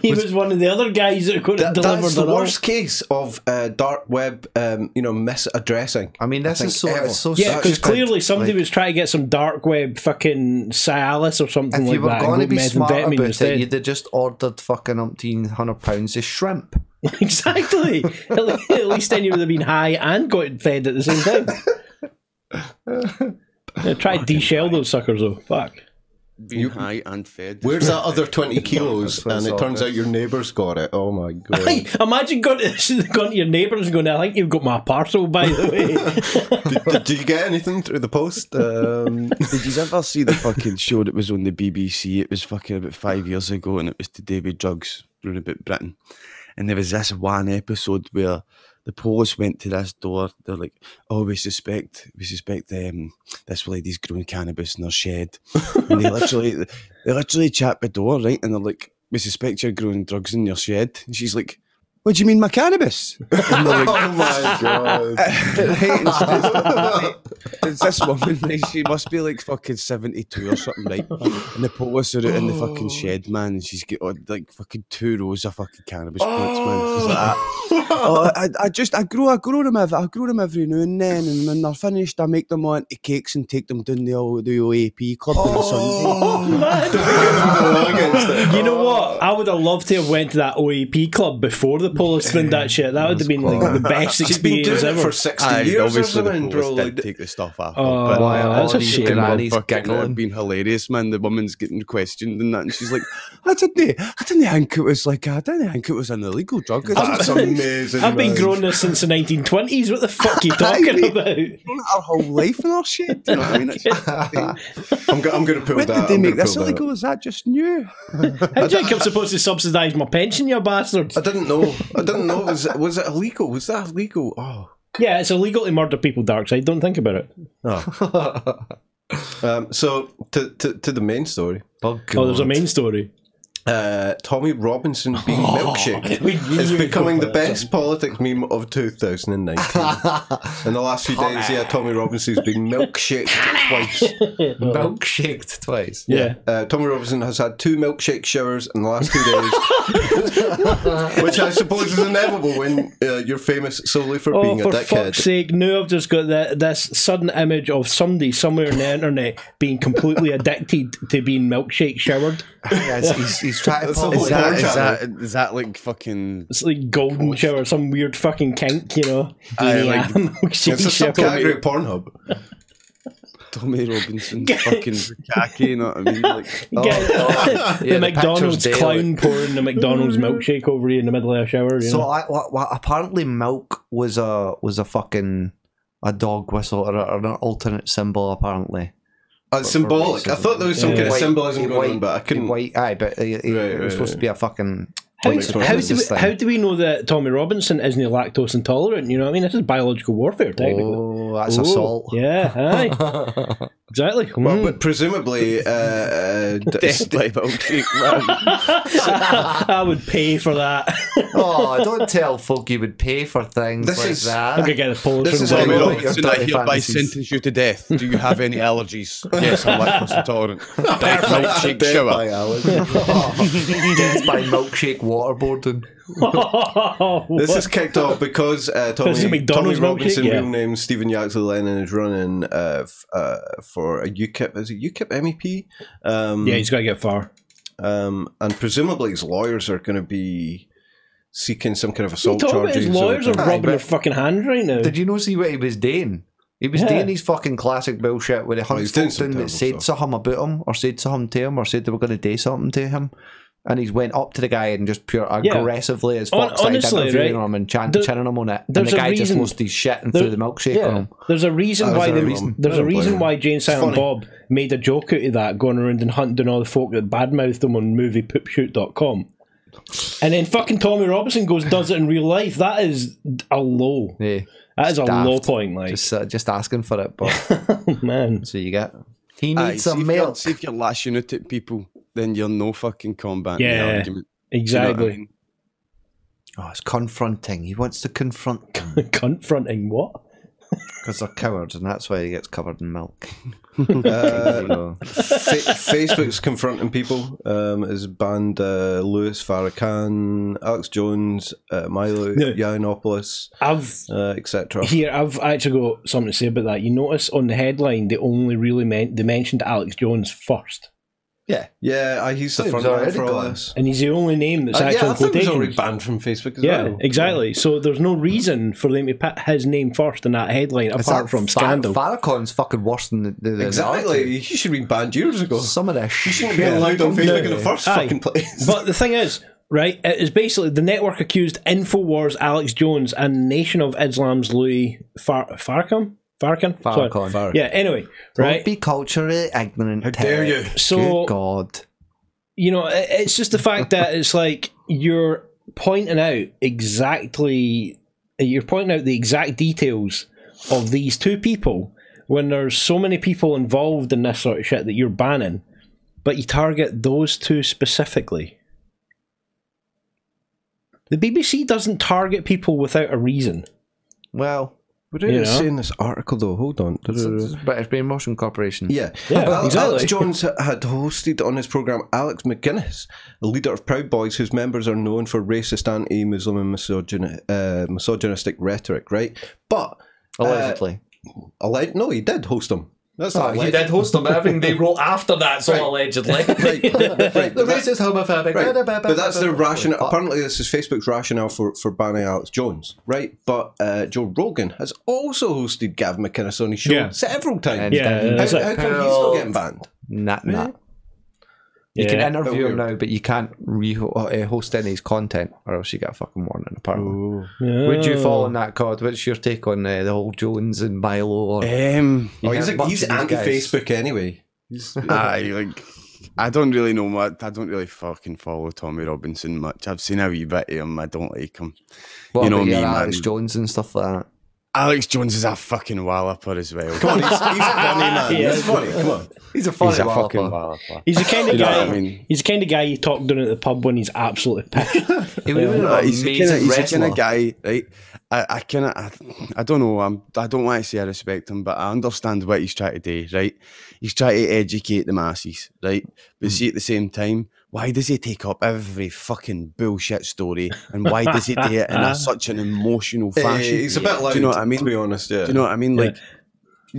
Speaker 2: He was, one of the other guys that could have
Speaker 4: That-
Speaker 2: delivered
Speaker 4: that's the
Speaker 2: it all.
Speaker 4: worst case of uh, dark web, um, you know, misaddressing.
Speaker 1: I mean, this
Speaker 4: think
Speaker 1: is so
Speaker 4: ever.
Speaker 1: it's so
Speaker 2: Yeah, because
Speaker 1: stupid.
Speaker 2: clearly somebody was trying to get some dark web fucking Cialis or something
Speaker 1: If
Speaker 2: like
Speaker 1: you were
Speaker 2: that.
Speaker 1: going to
Speaker 2: and
Speaker 1: be
Speaker 2: methamphetamine
Speaker 1: smart about it,
Speaker 2: instead.
Speaker 1: you'd have just ordered fucking umpteen hundred pounds of shrimp.
Speaker 2: exactly. at le- at least then you would have been high and got fed at the same time. Yeah, try to deshell those suckers though. Fuck.
Speaker 3: Being high and fed.
Speaker 4: Where's that other 20 kilos?
Speaker 1: That's
Speaker 4: and it
Speaker 1: all
Speaker 4: turns
Speaker 1: good.
Speaker 4: out your neighbour's got it. Oh my
Speaker 2: Hey,
Speaker 4: god.
Speaker 2: imagine going to, going to your neighbours and going, I think you've got my parcel, by the way.
Speaker 4: did, did you get anything through the post? Um,
Speaker 3: Did you ever see the fucking show that was on the BBC? It was fucking about five years ago, and it was Today with Drugs, doing about Britain. And there was this one episode where the police went to this door. They're like, "Oh, we suspect, we suspect um, this lady's growing cannabis in her shed." and they literally, they literally chat the door, right? And they're like, "We suspect you're growing drugs in your shed." And she's like, "What do you mean, my cannabis?" And they're like,
Speaker 4: oh my god.
Speaker 3: right, and so it's, it's this woman, right, she must be like fucking 72 or something, right? And the police are out in the fucking shed, man, and she's got oh, like fucking two rows of fucking cannabis plants, man. She's like, "Ah, oh, I, I just, I grow, I grow them, every, I grow them every now and then, and when they're finished, I make them all into cakes and take them down the, old- the OAP club on a Sunday.
Speaker 2: oh, man. You know
Speaker 1: Oh.
Speaker 4: Oh,
Speaker 2: what? I would have loved to have went to that OAP club before the police found that shit. That would have been like the best
Speaker 4: She's been
Speaker 2: experience
Speaker 4: doing it
Speaker 2: ever.
Speaker 4: for 60
Speaker 3: Aye,
Speaker 4: years or
Speaker 3: obviously the
Speaker 4: something, bro.
Speaker 3: police did
Speaker 4: Like,
Speaker 3: take the stuff off. her,
Speaker 2: Oh,
Speaker 3: but-
Speaker 2: wow,
Speaker 1: Why,
Speaker 2: that's a
Speaker 1: all these
Speaker 2: shame.
Speaker 1: grannies
Speaker 3: Fucking love fucking
Speaker 1: giggling.
Speaker 3: it being hilarious, man. The woman's getting questioned and that, and she's like, "I didn't, I didn't think it was like, I didn't think it was an illegal drug. I
Speaker 4: that's amazing.
Speaker 2: I've been
Speaker 4: man.
Speaker 2: growing this since the 1920s. What the fuck are you talking
Speaker 3: mean-
Speaker 2: about?
Speaker 3: our whole life in our shit. You know what I mean? It's,
Speaker 4: I'm, go- I'm going to pull
Speaker 3: when
Speaker 4: that.
Speaker 3: did they
Speaker 4: I'm
Speaker 3: make
Speaker 4: gonna
Speaker 3: this
Speaker 4: pull that.
Speaker 3: illegal? Is that just new?
Speaker 2: How do you think I'm supposed to subsidise my pension, you bastard?
Speaker 4: I didn't know. I didn't know. Was it, was it illegal? Was that illegal? Oh.
Speaker 2: Yeah, it's illegal to murder people, Darkseid. Don't think about it.
Speaker 4: Um, so to, to to the main story.
Speaker 1: Oh,
Speaker 2: Oh, there's a main story.
Speaker 4: uh, Tommy Robinson being milkshake
Speaker 2: Oh, we knew
Speaker 4: is
Speaker 2: you were
Speaker 4: becoming the
Speaker 2: going for that.
Speaker 4: best politics meme of 2019. In the last few days, yeah, Tommy Robinson's been milkshaked twice.
Speaker 1: Milkshaked twice.
Speaker 2: Yeah.
Speaker 4: Uh, Tommy Robinson has had two milkshake showers in the last two days, which I suppose is inevitable when uh, you're famous solely for
Speaker 2: Oh,
Speaker 4: being a
Speaker 2: for
Speaker 4: dickhead.
Speaker 2: fuck's sake, now I've just got that, this sudden image of somebody somewhere on the internet being completely addicted to being milkshake showered.
Speaker 1: Yeah, he's, he's, he's trying to
Speaker 4: That's
Speaker 1: pull
Speaker 4: a
Speaker 3: Is
Speaker 4: whole
Speaker 1: it.
Speaker 3: that,
Speaker 4: porn
Speaker 3: is
Speaker 4: channel.
Speaker 3: that is that like fucking?
Speaker 2: It's like golden shower, some weird fucking kink, you know?
Speaker 3: Aye, like-
Speaker 2: milkshake
Speaker 4: Uh, It's a
Speaker 2: shower.
Speaker 4: subcategory of Pornhub.
Speaker 3: Tommy Robinson, fucking khaki, you know what I mean? Like,
Speaker 2: Get- the
Speaker 1: Yeah, the
Speaker 2: McDonald's
Speaker 1: picture's
Speaker 2: clown pouring the McDonald's milkshake over you in the middle of a shower. You
Speaker 1: So
Speaker 2: know?
Speaker 1: I, wha- wha- apparently, milk was a was a fucking a dog whistle or, a, or an alternate symbol. Apparently,
Speaker 4: Uh, symbolic. I thought there was some
Speaker 2: Yeah.
Speaker 4: kind of
Speaker 1: White-
Speaker 4: symbolism going
Speaker 1: white-
Speaker 4: on, but I couldn't.
Speaker 1: White, aye, but uh, it, it- it
Speaker 4: Right, right,
Speaker 1: was supposed to
Speaker 4: right.
Speaker 1: be a fucking.
Speaker 2: How,
Speaker 4: Makes more
Speaker 2: how,
Speaker 4: sense
Speaker 2: do we,
Speaker 1: this thing.
Speaker 2: how do we know that Tommy Robinson isn't lactose intolerant? You know what I mean? This is biological warfare, technically.
Speaker 1: Oh, that's
Speaker 2: Ooh,
Speaker 1: assault.
Speaker 2: Yeah, aye. exactly.
Speaker 4: Well,
Speaker 2: Mm.
Speaker 4: but presumably, uh, uh, d-
Speaker 3: Deathly milkshake, man.
Speaker 2: I would pay for that.
Speaker 1: oh, don't tell folk you would pay for things
Speaker 4: This
Speaker 1: like
Speaker 4: is-
Speaker 1: that.
Speaker 2: I'm gonna get a Pulitzer.
Speaker 4: This is
Speaker 2: Award.
Speaker 3: Tommy
Speaker 4: Well,
Speaker 3: Robinson,
Speaker 1: your
Speaker 3: I
Speaker 1: dirty
Speaker 3: hereby
Speaker 1: fantasies.
Speaker 3: sentence you to death. Do you have any allergies? Yes, I'm lactose intolerant. Death milkshake
Speaker 4: death
Speaker 3: shower.
Speaker 4: by allergy.
Speaker 1: Death by milkshake waterboarding.
Speaker 4: This is kicked off because uh,
Speaker 2: This is a
Speaker 4: Tommy, Tommy
Speaker 2: McDonald's
Speaker 4: Robinson,
Speaker 2: milkshake, yeah.
Speaker 4: real name Stephen Yaxley Lennon, is running uh, f- uh, for a UKIP. Is it UKIP MEP? E Um,
Speaker 2: yeah, he's got to get far.
Speaker 4: um, and presumably his lawyers are going to be seeking some kind of assault
Speaker 2: Talk about
Speaker 4: charges.
Speaker 2: his lawyers
Speaker 4: or-
Speaker 2: are
Speaker 1: Aye,
Speaker 2: rubbing
Speaker 1: but-
Speaker 2: their fucking hands right now.
Speaker 1: Did you know see what he was doing? He was
Speaker 2: Yeah.
Speaker 1: doing his fucking classic bullshit where he
Speaker 4: he's
Speaker 1: hunts
Speaker 4: doing
Speaker 1: folk
Speaker 4: some
Speaker 1: down that
Speaker 4: terrible
Speaker 1: said
Speaker 4: stuff.
Speaker 1: something about him or said something to him or said they were going to do something to him. And he's went up to the guy and just pure
Speaker 2: Yeah.
Speaker 1: aggressively as
Speaker 2: Hon-
Speaker 1: fuck started
Speaker 2: honestly,
Speaker 1: interviewing
Speaker 2: right,
Speaker 1: him and chan-
Speaker 2: there-
Speaker 1: chinning him on it. And the
Speaker 2: there's a
Speaker 1: guy just
Speaker 2: reason-
Speaker 1: lost his shit and
Speaker 2: there-
Speaker 1: threw the milkshake on him.
Speaker 2: There's a reason
Speaker 4: Ah,
Speaker 2: why they,
Speaker 4: there's a reason.
Speaker 2: there's
Speaker 4: I
Speaker 2: a
Speaker 4: don't blame
Speaker 2: reason
Speaker 4: him.
Speaker 2: why Jane Silent
Speaker 4: funny.
Speaker 2: Bob made a joke out of that, going around and hunting down all the folk that badmouthed them on moviepoopshoot.com. And then fucking Tommy Robinson goes and does it in real life. That is a low.
Speaker 1: Yeah.
Speaker 2: That is a
Speaker 1: daft.
Speaker 2: low point, like
Speaker 1: Just, uh, just asking for it, but
Speaker 2: man.
Speaker 1: so you get. He
Speaker 3: Aye,
Speaker 1: needs
Speaker 3: Ah, see
Speaker 1: some
Speaker 3: if you're-
Speaker 1: milk.
Speaker 3: See if you're lashing out at people, then you're no fucking combat in
Speaker 2: Yeah.
Speaker 3: the argument. Do you know what I
Speaker 2: Exactly.
Speaker 3: mean?
Speaker 1: Oh, it's confronting. He wants to confront them
Speaker 2: Confronting what?
Speaker 1: because they're cowards, and that's why he gets covered in milk.
Speaker 4: Uh,
Speaker 1: So-
Speaker 4: Fa- Facebook's confronting people. Um, has banned uh, Lewis Farrakhan, Alex Jones, uh, Milo
Speaker 2: No.
Speaker 4: Yiannopoulos,
Speaker 2: I've
Speaker 4: uh, etc.
Speaker 2: Here, I've actually got something to say about that. You notice on the headline, they only really meant they mentioned Alex Jones first,
Speaker 1: yeah,
Speaker 4: Yeah, I he's the
Speaker 1: He was
Speaker 4: front line
Speaker 1: already
Speaker 4: for all
Speaker 1: gone.
Speaker 4: this.
Speaker 2: and he's the only name that's
Speaker 4: Uh,
Speaker 2: actually
Speaker 4: yeah, I
Speaker 2: in
Speaker 4: think he's already
Speaker 2: quotation.
Speaker 4: banned from Facebook as
Speaker 2: Yeah,
Speaker 4: well.
Speaker 2: exactly. So there's no reason for them to put his name first in that headline,
Speaker 1: It's
Speaker 2: apart
Speaker 1: that
Speaker 2: from
Speaker 1: Far-
Speaker 2: scandal.
Speaker 1: Farrakhan's fucking worse than the, the, the
Speaker 4: Exactly. He should have been banned years ago.
Speaker 1: Some of this
Speaker 4: He shouldn't
Speaker 1: shit.
Speaker 4: be allowed on Facebook in
Speaker 2: No.
Speaker 4: the first
Speaker 2: Aye.
Speaker 4: fucking place.
Speaker 2: but the thing is, right? It is basically the network accused Infowars, Alex Jones, and Nation of Islam's Louis Far- Farcom. Farcom.
Speaker 1: Farrakhan.
Speaker 2: Yeah. Anyway, right?
Speaker 1: Don't be culturally ignorant. How
Speaker 4: dare you.
Speaker 1: Good
Speaker 2: So-
Speaker 1: God.
Speaker 2: you know, it, it's just the fact that it's like you're pointing out exactly, you're pointing out the exact details of these two people when there's so many people involved in this sort of shit that you're banning, but you target those two specifically. The BBC doesn't target people without a reason.
Speaker 1: Well,
Speaker 4: We're
Speaker 2: You know?
Speaker 4: this article though. Hold on.
Speaker 1: it's British Brainwashing Corporation.
Speaker 4: Yeah,
Speaker 2: Yeah,
Speaker 4: Al- Alex
Speaker 2: exactly.
Speaker 4: Jones had hosted on his program Alex McGuinness, the leader of Proud Boys, whose members are known for racist, anti-Muslim, and misogyni- uh, misogynistic rhetoric. Right, but
Speaker 1: Uh, Allegedly.
Speaker 4: alleg- no, he did host them. That's not alleged.
Speaker 1: host them. Everything they wrote after that's all allegedly.
Speaker 4: Right, right, but that-
Speaker 1: homophobic.
Speaker 4: right, But that's their rationale. Apparently, this is Facebook's rationale for, for banning Alex Jones, right? But uh, Joe Rogan has also hosted Gav McInnes on his show
Speaker 2: Yeah.
Speaker 4: several times.
Speaker 2: Yeah,
Speaker 1: Yeah.
Speaker 4: How,
Speaker 2: that's it.
Speaker 4: how come he's still getting banned?
Speaker 1: Nah, nah. You
Speaker 2: Yeah.
Speaker 1: can interview him
Speaker 4: Weird.
Speaker 1: now, but you can't re- uh, host any of his content, or else you get a fucking warning. Apparently, would you fall on that, Cod? What's your take on uh, the whole Jones and Milo? Or
Speaker 3: Um,
Speaker 4: Oh,
Speaker 1: Yeah,
Speaker 4: he's
Speaker 1: bunch
Speaker 4: he's
Speaker 1: of these
Speaker 4: anti
Speaker 1: guys.
Speaker 4: Facebook anyway. He's,
Speaker 3: I Um, like. I don't really know much. I don't really fucking follow Tommy Robinson much. I've seen a wee bit of him. I don't like him.
Speaker 1: What
Speaker 3: you know
Speaker 1: about
Speaker 3: me,
Speaker 1: your
Speaker 3: man.
Speaker 1: Alex Jones and stuff like that?
Speaker 3: Alex Jones is a fucking walloper as well.
Speaker 4: Come on, he's, he's funny, man.
Speaker 2: Yeah.
Speaker 4: He's funny. Come on.
Speaker 1: He's a funny
Speaker 3: He's a
Speaker 1: wallopper.
Speaker 3: fucking walloper.
Speaker 2: He's the kind of
Speaker 3: You know
Speaker 2: guy.
Speaker 3: what I mean?
Speaker 2: He's the kind of guy you talk down at the pub when he's absolutely pissed.
Speaker 1: He would have been
Speaker 3: Uh,
Speaker 1: an
Speaker 3: he's the kinda,
Speaker 1: amazing
Speaker 3: he's the
Speaker 1: wrestler.
Speaker 3: kind of guy, right? I, I kind of, I, I don't know. I'm, I don't want to say I respect him, but I understand what he's trying to do, right? He's trying to educate the masses, right? But see, at the same time, why does he take up every fucking bullshit story, and why does he do it in a, such an emotional
Speaker 4: Eh,
Speaker 3: fashion?
Speaker 4: he's a bit loud.
Speaker 3: Do you know what I mean?
Speaker 4: To be honest, yeah.
Speaker 3: Do you know what I mean?
Speaker 2: Yeah.
Speaker 3: Like,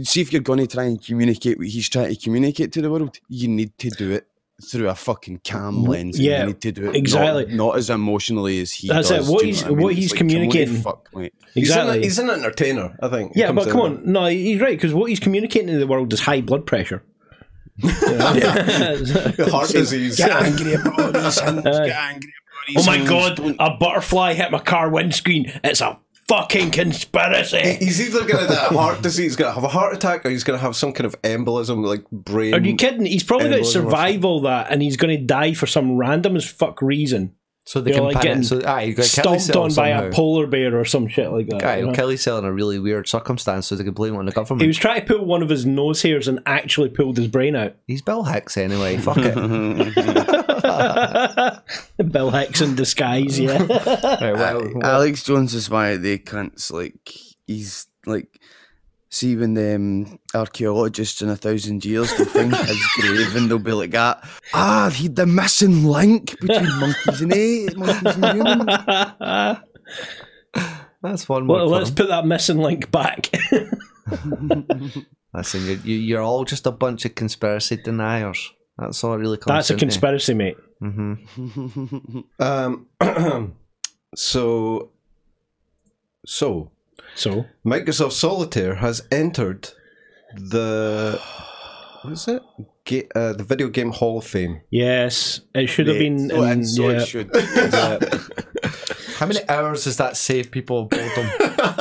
Speaker 3: see if you're going to try and communicate what he's trying to communicate to the world, you need to do it through a fucking cam lens. and
Speaker 2: yeah,
Speaker 3: you need to do it not-
Speaker 2: exactly.
Speaker 3: Not, as emotionally as he.
Speaker 2: That's it.
Speaker 3: does,
Speaker 2: What
Speaker 3: do you
Speaker 2: he's-
Speaker 3: know I mean?
Speaker 2: what
Speaker 3: It's
Speaker 2: he's
Speaker 3: like, come on, you
Speaker 2: communicating-
Speaker 3: Fuck, mate.
Speaker 2: Exactly.
Speaker 4: He's, an, he's an entertainer, I think.
Speaker 2: yeah,
Speaker 4: It comes
Speaker 2: but come
Speaker 4: down to
Speaker 2: on, no, he's right because what he's communicating to the world is high blood pressure. You know?
Speaker 4: that. Heart disease.
Speaker 3: Get angry about these things. Get angry about these
Speaker 2: Uh, oh my
Speaker 3: things.
Speaker 2: god, a butterfly hit my car windscreen. It's a fucking conspiracy.
Speaker 4: He's either going to have heart disease, he's going to have a heart attack, or he's going to have some kind of embolism, like brain.
Speaker 2: Are you kidding? He's probably going to
Speaker 4: Anyone
Speaker 2: survive all that, and he's going to die for some random as fuck reason.
Speaker 1: So they
Speaker 2: You're
Speaker 1: can
Speaker 2: like
Speaker 1: pan it.
Speaker 2: getting
Speaker 1: So, aye, you've got Kelly
Speaker 2: Stomped
Speaker 1: Cell
Speaker 2: on by
Speaker 1: somehow.
Speaker 2: a polar bear or some shit like that.
Speaker 1: Aye,
Speaker 2: you know?
Speaker 1: Kelly Cell in a really weird circumstance, so they can blame it on the government.
Speaker 2: He was trying to pull one of his nose hairs and actually pulled his brain out.
Speaker 1: He's Bill Hicks anyway. Fuck it. Right,
Speaker 2: Bill Hicks in disguise, yeah.
Speaker 1: well, well,
Speaker 3: Alex Jones is why they cunts. Like he's like. See when the um, archaeologists in a thousand years will find his grave and they'll be like that. Ah, he the missing link between monkeys and eh, monkeys and humans.
Speaker 1: that's one
Speaker 2: well,
Speaker 1: word. for
Speaker 2: let's
Speaker 1: him.
Speaker 2: put that missing link back.
Speaker 1: Listen, you're, you- you're all just a bunch of conspiracy deniers. That's all it really comes
Speaker 2: That's a
Speaker 1: down to. Mm-hmm.
Speaker 2: conspiracy, mate.
Speaker 4: Um, so, so
Speaker 2: So
Speaker 4: Microsoft Solitaire has entered the what is it? Ga- uh, the video game Hall of Fame.
Speaker 2: yes, it should have been.
Speaker 3: So,
Speaker 2: in-
Speaker 3: and so
Speaker 2: yeah.
Speaker 3: it should.
Speaker 1: How many hours does that save people of boredom?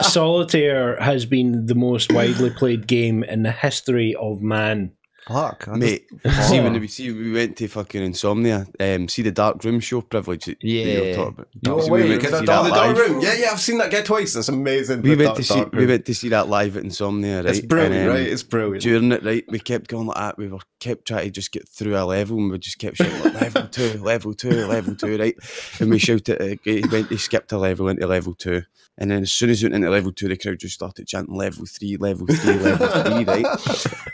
Speaker 2: Solitaire has been the most widely played game in the history of man.
Speaker 1: Fuck. I'm
Speaker 3: Mate,
Speaker 1: just-
Speaker 3: see when we see we went to fucking insomnia. Um, see the dark room show privilege. That yeah, you
Speaker 1: Yeah.
Speaker 3: were talking about.
Speaker 1: No
Speaker 3: See,
Speaker 1: way,
Speaker 3: We went
Speaker 1: can
Speaker 3: to
Speaker 1: I
Speaker 3: see
Speaker 1: do
Speaker 3: that
Speaker 4: the
Speaker 3: live.
Speaker 4: dark room. Yeah, yeah, I've seen that guy twice. That's amazing.
Speaker 3: We
Speaker 4: the
Speaker 3: went
Speaker 4: dark-
Speaker 3: to see
Speaker 4: dark
Speaker 3: we
Speaker 4: room.
Speaker 3: went to see that live at insomnia. Right,
Speaker 4: It's brilliant,
Speaker 3: And, um,
Speaker 4: right? It's brilliant.
Speaker 3: During it, right, we kept going like that. We were kept trying to just get through a level, and we just kept shouting like, level two, level two, level two, right? And we shouted, uh, he went, he skipped a level into level two, and then as soon as he went into level two, the crowd just started chanting level three, level three, level three, right?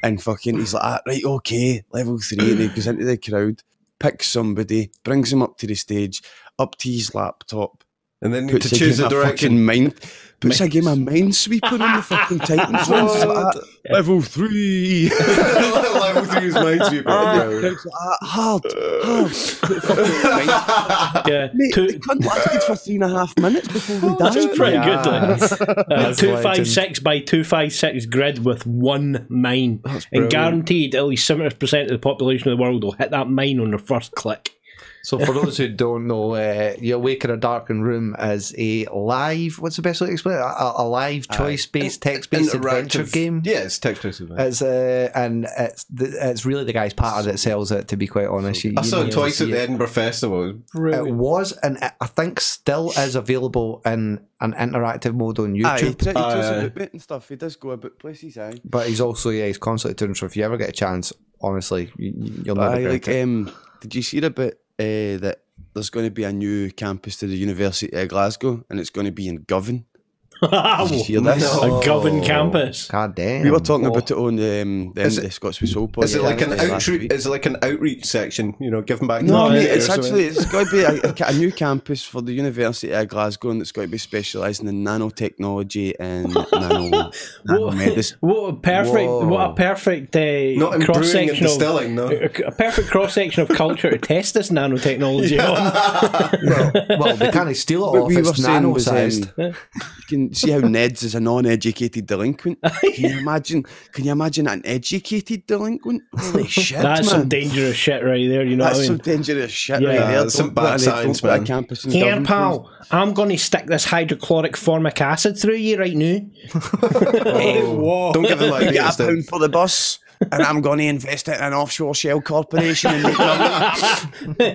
Speaker 3: And fucking, he's like, ah, right, okay, level three, and he goes into the crowd, picks somebody, brings him up to the stage, up to his laptop,
Speaker 4: and then you need
Speaker 3: puts
Speaker 4: to choose
Speaker 3: a,
Speaker 4: a
Speaker 3: game of
Speaker 4: direction.
Speaker 3: fucking mind. Puts a game of Minesweeper on the fucking Titans. ones like that. Level three.
Speaker 4: Level three is Minesweeper. Brilliant.
Speaker 3: It's like, ah, hard, hard. Fucking mind.
Speaker 2: Yeah,
Speaker 3: Mate,
Speaker 2: two,
Speaker 3: the cunt lasted for three and a half minutes before we
Speaker 2: that's
Speaker 3: died.
Speaker 2: pretty good. like. Uh,
Speaker 1: That's
Speaker 2: two five
Speaker 1: legend.
Speaker 2: six by two five six grid with one mine, and guaranteed at least seventy percent of the population of the world will hit that mine on their first click.
Speaker 1: So, for those who don't know, uh, Your Wake in a Darkened Room is a live, what's the best way to explain it? A, a live
Speaker 2: Uh,
Speaker 1: choice based, text based adventure
Speaker 4: Interactive-
Speaker 1: game.
Speaker 4: Yeah, it's text based adventure.
Speaker 1: It's uh, and it's th- it's really the guy's pattern that sells it. To be quite honest, You-
Speaker 4: I
Speaker 1: you
Speaker 4: saw
Speaker 1: need
Speaker 4: it
Speaker 1: to
Speaker 4: twice
Speaker 1: see
Speaker 4: at the Edinburgh Festival.
Speaker 1: It was and it- I think still is available in an interactive mode on
Speaker 3: Aye, he
Speaker 1: YouTube.
Speaker 3: tra- he talks
Speaker 4: Aye.
Speaker 3: about bit and stuff. He does go about places, aye.
Speaker 1: But he's also yeah, he's constantly doing. So if you ever get a chance, honestly, you, you'll never
Speaker 3: Aye,
Speaker 1: regret
Speaker 3: like,
Speaker 1: it.
Speaker 3: um, did you see the bit uh, that there's going to be a new campus to the University of Glasgow and it's going to be in Govan? Did you
Speaker 2: a
Speaker 3: hear this?
Speaker 2: Govan campus.
Speaker 1: God damn.
Speaker 3: We were talking about it on um, the,
Speaker 4: Is
Speaker 3: the Scots with Soul
Speaker 4: Is it
Speaker 3: podcast
Speaker 4: like an
Speaker 3: last
Speaker 4: outreach?
Speaker 3: week.
Speaker 4: Is it like an outreach section? You know, giving back.
Speaker 3: No,
Speaker 4: to
Speaker 3: mate,
Speaker 4: the
Speaker 3: it's
Speaker 4: community or
Speaker 3: actually it's going to be a, a, new campus for the University of Glasgow, and it's going to be specialising in nanotechnology and nano, nanomedicine.
Speaker 2: What a perfect, what a perfect
Speaker 4: Not
Speaker 2: uh,
Speaker 4: in
Speaker 2: cross
Speaker 4: brewing and
Speaker 2: section of
Speaker 4: distilling, no.
Speaker 2: a a perfect cross section of culture to test this nanotechnology on.
Speaker 1: well, well, they can't steal it
Speaker 3: What
Speaker 1: off.
Speaker 3: we were
Speaker 1: it's
Speaker 3: saying
Speaker 1: nano
Speaker 3: was, um,
Speaker 1: sized.
Speaker 2: Yeah.
Speaker 3: you can see how Ned's is a non-educated delinquent. Can you imagine? Can you imagine an educated delinquent? Holy shit,
Speaker 2: That's
Speaker 3: man!
Speaker 2: some dangerous shit right there. You know
Speaker 3: That's
Speaker 2: what I
Speaker 3: some
Speaker 2: mean?
Speaker 3: dangerous shit
Speaker 2: Yeah.
Speaker 3: right there.
Speaker 4: That's some
Speaker 3: Don't
Speaker 4: bad
Speaker 3: put a- don't
Speaker 4: science,
Speaker 3: put a
Speaker 4: man.
Speaker 3: campus in
Speaker 2: Here,
Speaker 3: Durham, please.
Speaker 2: pal, I'm going to stick this hydrochloric formic acid through you right now. Eh,
Speaker 4: something? Don't give them
Speaker 3: You get
Speaker 4: ideas.
Speaker 3: a
Speaker 4: though.
Speaker 3: pound for the bus. and I'm going to invest it in an offshore shell corporation. And make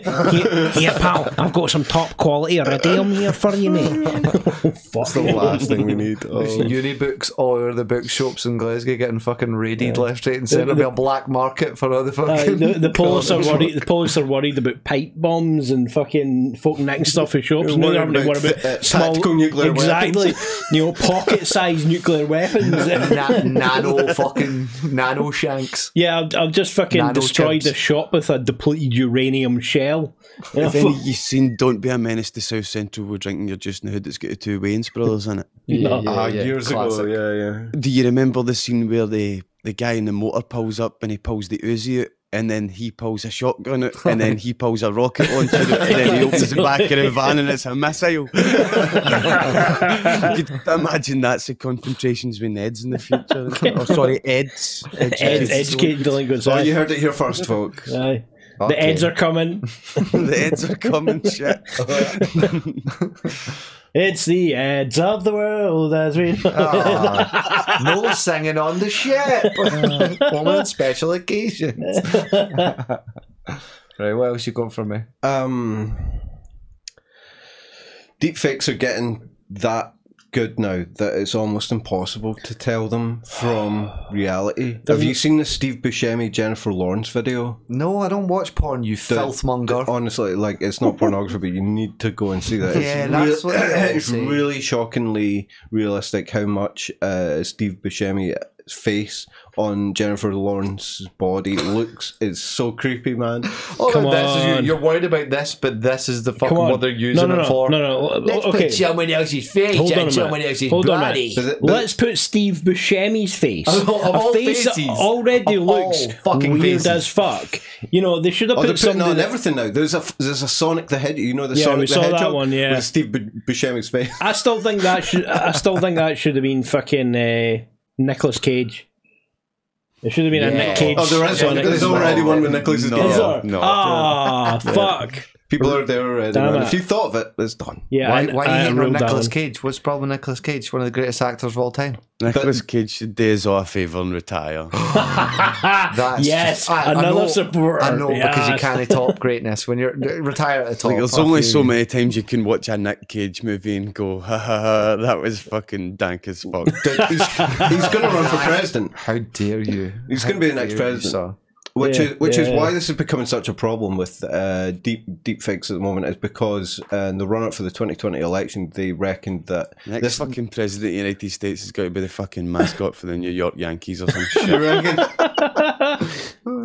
Speaker 3: money.
Speaker 2: here, here, pal, I've got some top quality iridium here for you, mate. Fuck.
Speaker 4: the last thing we need. Oh.
Speaker 1: Uni books or the bookshops in Glasgow getting fucking raided left, right, and centre. It'll be a black market for all the
Speaker 2: Uh,
Speaker 1: fucking.
Speaker 2: the, the police are worried. The police are worried about pipe bombs and fucking folk nicking stuff in shops. No,
Speaker 4: Worried
Speaker 2: they're having to
Speaker 4: about,
Speaker 2: worry
Speaker 4: uh,
Speaker 2: about small
Speaker 4: tactical nuclear
Speaker 2: exactly. You know, pocket-sized nuclear weapons.
Speaker 1: Na- nano fucking nano shanks.
Speaker 2: yeah, I've, I've just fucking
Speaker 1: Nano
Speaker 2: destroyed
Speaker 1: chips.
Speaker 2: the shop with a depleted uranium shell. You know,
Speaker 3: if any you seen Don't Be a Menace to South Central, we're drinking your Juice in the Hood that's got two Wayne's brothers in it.
Speaker 2: no.
Speaker 4: Ah, years
Speaker 1: classic.
Speaker 4: ago, yeah, yeah.
Speaker 3: Do you remember the scene where the, the guy in the motor pulls up and he pulls the Uzi out? And then he pulls a shotgun out, and then he pulls a rocket launcher out, and then he opens the back of the van, and it's a missile. you could imagine that's the concentrations with Neds in the future. Oh, sorry, Eds. Eds.
Speaker 2: Ed, educated delinquents.
Speaker 4: Oh,
Speaker 2: aye.
Speaker 4: you heard it here first, folks.
Speaker 2: Aye. The
Speaker 4: Okay.
Speaker 2: Eds are coming.
Speaker 3: the Eds are coming. Shit.
Speaker 2: It's the Eds of the world as we know.
Speaker 1: Ah, no singing on the ship. Only on special occasions. right, what else you got for me?
Speaker 4: Um, deepfakes are getting that good now that it's almost impossible to tell them from reality. Have you seen the Steve Buscemi Jennifer Lawrence video?
Speaker 1: No, I don't watch porn, you filthmonger.
Speaker 4: Honestly, like it's not pornography, but you need to go and see that.
Speaker 1: Yeah,
Speaker 4: it's
Speaker 1: that's
Speaker 4: real-
Speaker 1: what they all
Speaker 4: it's
Speaker 1: say.
Speaker 4: really shockingly realistic how much uh, Steve Buscemi's face on Jennifer Lawrence's body looks. It's so creepy, man.
Speaker 1: All
Speaker 2: Come
Speaker 1: of Oh, this is you,
Speaker 2: on.
Speaker 1: you're worried about this, but this is the fucking
Speaker 2: Come on.
Speaker 1: what they're using
Speaker 2: no, no, no,
Speaker 1: it for.
Speaker 2: No, no, no. okay.
Speaker 1: someone else's face
Speaker 2: Hold on a minute. Hold on a minute.
Speaker 4: Does it- but-
Speaker 2: Let's put Steve Buscemi's face.
Speaker 1: Of all
Speaker 2: a face that
Speaker 1: faces.
Speaker 2: already
Speaker 1: Of
Speaker 2: looks
Speaker 1: all fucking
Speaker 2: weird
Speaker 1: faces.
Speaker 2: as fuck. You know, they should have
Speaker 4: Oh, they're
Speaker 2: put
Speaker 4: putting
Speaker 2: something.
Speaker 4: on everything now. There's a there's a Sonic the Hedgehog. You know the
Speaker 2: Yeah,
Speaker 4: Sonic
Speaker 2: we
Speaker 4: the
Speaker 2: saw that
Speaker 4: Hedgehog
Speaker 2: one, yeah.
Speaker 4: with Steve B- Buscemi's face.
Speaker 2: I still think that should. I still think that should have been fucking uh, Nicolas Cage. It should have been a Nick Cage.
Speaker 4: Oh, there is one.
Speaker 2: Sonic.
Speaker 4: There's already one with Nicholas.
Speaker 3: No.
Speaker 2: Is
Speaker 4: Yeah.
Speaker 2: there?
Speaker 3: no.
Speaker 2: Ah, fuck.
Speaker 4: People are there already.
Speaker 2: Damn
Speaker 4: man.
Speaker 2: it.
Speaker 4: If you thought of it, it's done.
Speaker 2: Yeah.
Speaker 1: Why,
Speaker 2: and
Speaker 1: why are
Speaker 2: I
Speaker 1: you
Speaker 2: am
Speaker 1: hating on
Speaker 2: real
Speaker 1: Nicolas
Speaker 2: down.
Speaker 1: Cage? What's the problem with Nicolas Cage? One of the greatest actors of all time.
Speaker 3: Nicholas Cage should do us all a favour and retire.
Speaker 1: That's
Speaker 2: Yes,
Speaker 1: just-
Speaker 2: another
Speaker 1: know-
Speaker 2: supporter.
Speaker 1: I know because you
Speaker 2: Yes.
Speaker 1: can't top greatness when you're retire at the top.
Speaker 3: Like, there's
Speaker 1: Oh, fuck
Speaker 3: only
Speaker 1: you.
Speaker 3: so many times you can watch a Nick Cage movie and go, ha ha ha, that was fucking dank as fuck.
Speaker 4: Dude, he's, he's going to run for president,
Speaker 1: How dare you?
Speaker 4: He's
Speaker 1: How
Speaker 4: gonna be the next
Speaker 1: dare you,
Speaker 4: president.
Speaker 1: sir.
Speaker 4: which
Speaker 2: Yeah,
Speaker 4: is which is
Speaker 2: yeah.
Speaker 4: why this is becoming such a problem with uh, deep deep fakes at the moment. Is because uh, in the run up for the 2020 election, they reckoned that
Speaker 3: Next
Speaker 4: this
Speaker 3: fucking president of the United States has got to be the fucking mascot for the New York Yankees or some shit.
Speaker 4: You reckon?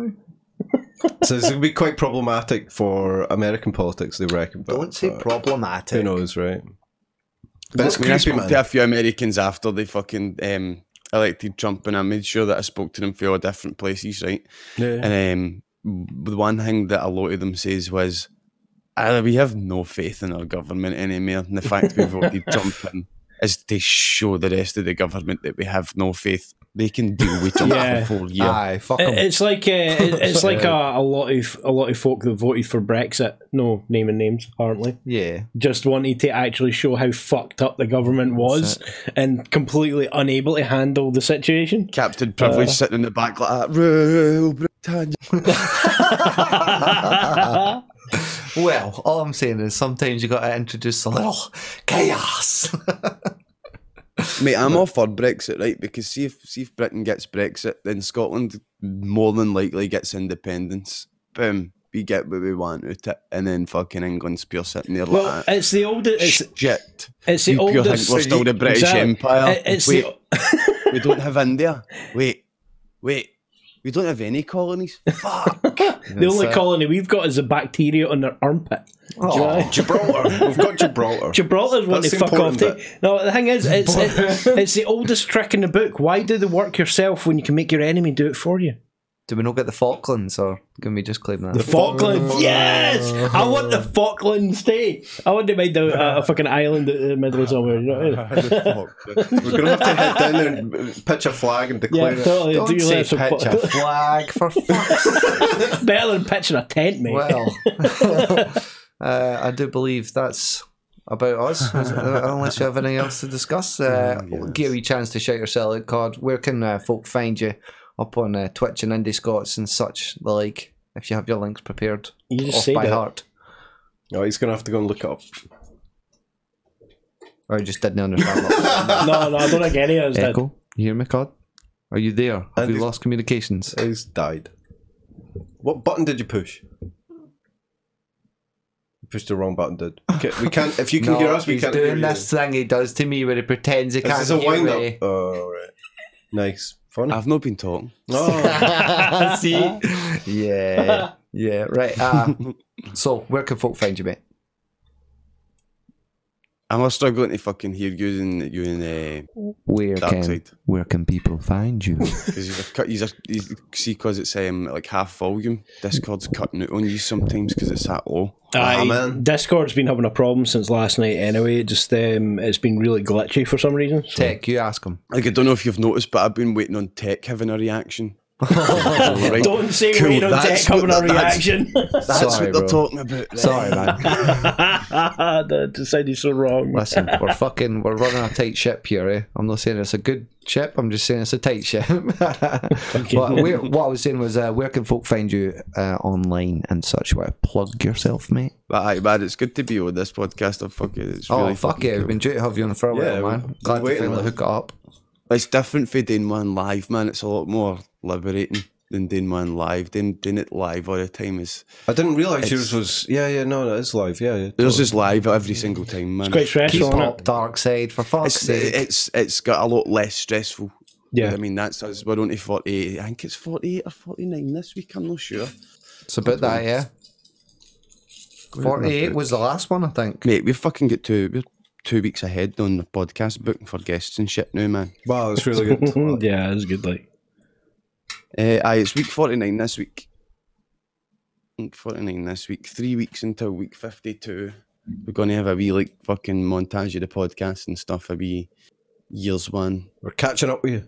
Speaker 4: so this would be quite problematic for American politics. They reckon. But,
Speaker 1: Don't say
Speaker 4: but Who
Speaker 1: problematic.
Speaker 4: knows, right? But it's
Speaker 3: I mean, I
Speaker 4: creepy,
Speaker 3: spoke
Speaker 4: man.
Speaker 3: to a few Americans after they fucking um, elected Trump, and I made sure that I spoke to them for all different places, right? And um, the one thing that a lot of them says was, uh, "We have no faith in our government anymore." And the fact we voted Trump in is to show the rest of the government that we have no faith. They can deal with Trump
Speaker 2: Yeah.
Speaker 3: for four years.
Speaker 1: Aye, fuck
Speaker 2: It-
Speaker 1: 'em.
Speaker 2: It's like uh, it- it's like a, a lot of a lot of folk that voted for Brexit. No naming names, apparently.
Speaker 1: Yeah.
Speaker 2: Just wanted to actually show how fucked up the government was, and completely unable to handle the situation.
Speaker 3: Captain Privilege sitting in the back like that. Rule Britannia.
Speaker 1: Well, all I'm saying is sometimes you got to introduce a little chaos.
Speaker 3: Mate, I'm all for Brexit, right? Because see if see if Britain gets Brexit, then Scotland more than likely gets independence. Boom. We get what we want out it, and then fucking England's pure sitting there like
Speaker 2: Well,
Speaker 3: that.
Speaker 2: it's the oldest. It's,
Speaker 3: Shit.
Speaker 2: it's the
Speaker 3: You pure
Speaker 2: oldest.
Speaker 3: think we're still the British
Speaker 2: Exactly.
Speaker 3: Empire.
Speaker 2: It- It's
Speaker 3: wait,
Speaker 2: the,
Speaker 3: we don't have India. Wait, wait, we don't have any colonies. Fuck.
Speaker 2: the only colony we've got is the bacteria on their armpit.
Speaker 3: Oh.
Speaker 1: Aw.
Speaker 4: Gibraltar. We've got Gibraltar.
Speaker 2: Gibraltar's one to
Speaker 4: That's the
Speaker 2: fuck off
Speaker 4: important
Speaker 2: to. No, the thing is, it's it, it's the oldest trick in the book. Why do the work yourself when you can make your enemy do it for you?
Speaker 1: Do we not get the Falklands, or can we just claim that?
Speaker 2: The Falklands, yes! I want the Falklands Day. I want to make the, uh, a fucking island in the middle of somewhere. You know what I mean?
Speaker 4: We're going to have to head down there and pitch a flag and declare
Speaker 2: Yeah,
Speaker 4: it.
Speaker 2: totally.
Speaker 1: Don't
Speaker 2: Do you
Speaker 1: say
Speaker 2: like some
Speaker 1: pitch
Speaker 2: Fal-
Speaker 1: a flag for fuck's
Speaker 2: Better than pitching a tent, mate.
Speaker 1: Well, uh, I do believe that's about us, is it? unless you have Mm, anything else to discuss. Uh, Give you a wee chance to shout yourself out, Cod. Where can uh, folk find you up on uh, Twitch and Indie Scots and such the like. If you have your links prepared
Speaker 2: You just
Speaker 1: off
Speaker 2: say
Speaker 1: by
Speaker 2: that.
Speaker 1: heart,
Speaker 4: Oh, he's gonna have to go and look it up.
Speaker 1: or Oh, you just didn't understand. What
Speaker 2: no, no, I don't think any of us did.
Speaker 1: Echo, you hear me, Cod? Are you there? Have you
Speaker 4: Andy's-
Speaker 1: lost communications?
Speaker 4: He's died. What button did you push? You pushed the wrong button, dude. Okay, we can't. If you can
Speaker 1: No,
Speaker 4: hear us, we
Speaker 1: he's
Speaker 4: can't hear
Speaker 1: doing
Speaker 4: you.
Speaker 1: this thing he does to me where he pretends he
Speaker 4: This
Speaker 1: can't
Speaker 4: is a
Speaker 1: hear
Speaker 4: wind up.
Speaker 1: me.
Speaker 4: Oh, all right. Nice. Funny.
Speaker 3: I've not been talking.
Speaker 4: Oh,
Speaker 1: See, yeah, yeah, right. Uh, so, where can folk find you, mate?
Speaker 3: I'm struggling to fucking hear you in you in
Speaker 1: Where
Speaker 3: Dark
Speaker 1: can
Speaker 3: side.
Speaker 1: where can people find you?
Speaker 3: because you're cut. You're, you see, because it's um like half volume. Discord's cutting out on you sometimes because it's that low.
Speaker 2: Aye,
Speaker 4: man.
Speaker 2: Discord's been having a problem since last night. Anyway, just um, it's been really glitchy for some reason. so-
Speaker 1: Tech, you ask him.
Speaker 3: Like I don't know if you've noticed, but I've been waiting on Tech having a reaction. Right?
Speaker 2: Don't say
Speaker 3: Cool,
Speaker 2: we don't
Speaker 3: that's
Speaker 2: take having
Speaker 3: what-
Speaker 2: a
Speaker 3: that's-
Speaker 2: reaction.
Speaker 3: That's
Speaker 1: Sorry,
Speaker 3: what they're
Speaker 1: bro.
Speaker 3: talking about.
Speaker 1: Sorry, man.
Speaker 2: that just sounded so wrong.
Speaker 1: Listen, we're fucking we're running a tight ship here. Eh? I'm not saying it's a good ship. I'm just saying it's a tight ship. but where, what I was saying was, uh, where can folk find you uh, online and such? Where plug yourself, mate?
Speaker 3: But aye, man, it's good to be on this podcast. I fuck it. It's really
Speaker 1: oh fuck
Speaker 3: fucking
Speaker 1: yeah,
Speaker 3: cool.
Speaker 1: we've been due to have you on for a
Speaker 4: Yeah,
Speaker 1: while, man.
Speaker 4: we've
Speaker 1: Glad
Speaker 4: been
Speaker 1: to
Speaker 4: waiting,
Speaker 1: finally
Speaker 4: man.
Speaker 1: hook it up.
Speaker 3: It's different for doing one live, man. It's a lot more liberating than doing one live. Doing, doing it live all the time is
Speaker 4: I didn't realize yours was. Yeah, yeah, no, no, it's live. Yeah, yeah.
Speaker 3: there's just live every single time, man.
Speaker 2: Quite
Speaker 1: Keep
Speaker 2: stressful, innit?
Speaker 1: up, dark side, for fuck's
Speaker 3: it's,
Speaker 1: sake.
Speaker 3: it's it's got a lot less stressful.
Speaker 2: Yeah.
Speaker 3: I mean that's us. We're only forty eight. I think it's forty eight or forty nine this week. I'm not sure.
Speaker 1: It's about that, yeah. Forty-eight was the last one, I think.
Speaker 3: Mate, we fucking get two. We're two weeks ahead on the podcast booking for guests and shit now, man.
Speaker 4: Wow, that's really good.
Speaker 2: yeah, it's good. Like,
Speaker 3: Uh, aye, it's week forty nine this week. Week Forty nine this week. Three weeks until week fifty two. We're gonna have a wee like fucking montage of the podcast and stuff. A wee years one.
Speaker 4: We're catching up with you.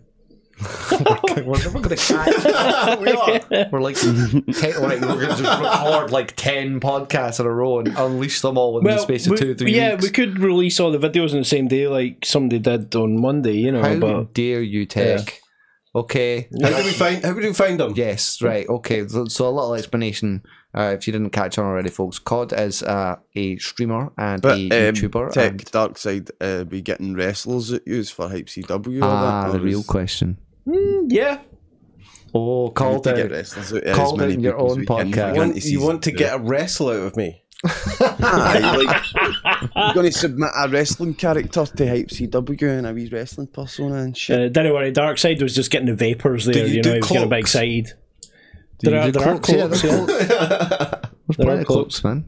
Speaker 1: We're never gonna catch. we are. We're like, ten, like we're gonna just record like ten podcasts in a row and unleash them all within the space of
Speaker 2: we,
Speaker 1: two or three
Speaker 2: yeah,
Speaker 1: weeks.
Speaker 2: we could release all the videos on the same day, like somebody did on Monday. You know,
Speaker 1: How
Speaker 2: but
Speaker 1: dare you, Tech? Okay.
Speaker 4: How do we find? How do we find them?
Speaker 1: Yes, right. Okay. So, so a little explanation. Uh, if you didn't catch on already, folks, Cod is uh, a streamer and
Speaker 3: But
Speaker 1: a
Speaker 3: um,
Speaker 1: YouTuber.
Speaker 3: Tech
Speaker 1: and,
Speaker 3: Dark Side uh, be getting wrestlers at yous for Hype CW. or
Speaker 1: ah,
Speaker 3: that,
Speaker 1: the
Speaker 3: or
Speaker 1: real
Speaker 3: is-
Speaker 1: question.
Speaker 2: yeah,
Speaker 1: Oh, called
Speaker 3: to get
Speaker 1: out.
Speaker 3: wrestlers out as
Speaker 1: Called
Speaker 3: many
Speaker 1: in your
Speaker 3: people as
Speaker 1: own
Speaker 3: we can for
Speaker 1: podcast.
Speaker 4: You
Speaker 1: Going
Speaker 3: Gunty
Speaker 4: want, you
Speaker 3: season
Speaker 4: want to
Speaker 3: two.
Speaker 4: get a wrestle out of me?
Speaker 3: Aye, like, you're going to submit a wrestling character to Hype CW and a wee wrestling persona and shit.
Speaker 2: uh, don't worry. Dark side was just getting the vapors there.
Speaker 4: you
Speaker 2: You,
Speaker 4: do
Speaker 2: know, he was getting a big
Speaker 4: cloaks?
Speaker 2: side. There are,
Speaker 1: do
Speaker 2: there are
Speaker 1: cloaks? Yeah,
Speaker 2: cloaks.
Speaker 1: there are
Speaker 2: yeah.
Speaker 1: There
Speaker 2: are
Speaker 1: cloaks, man.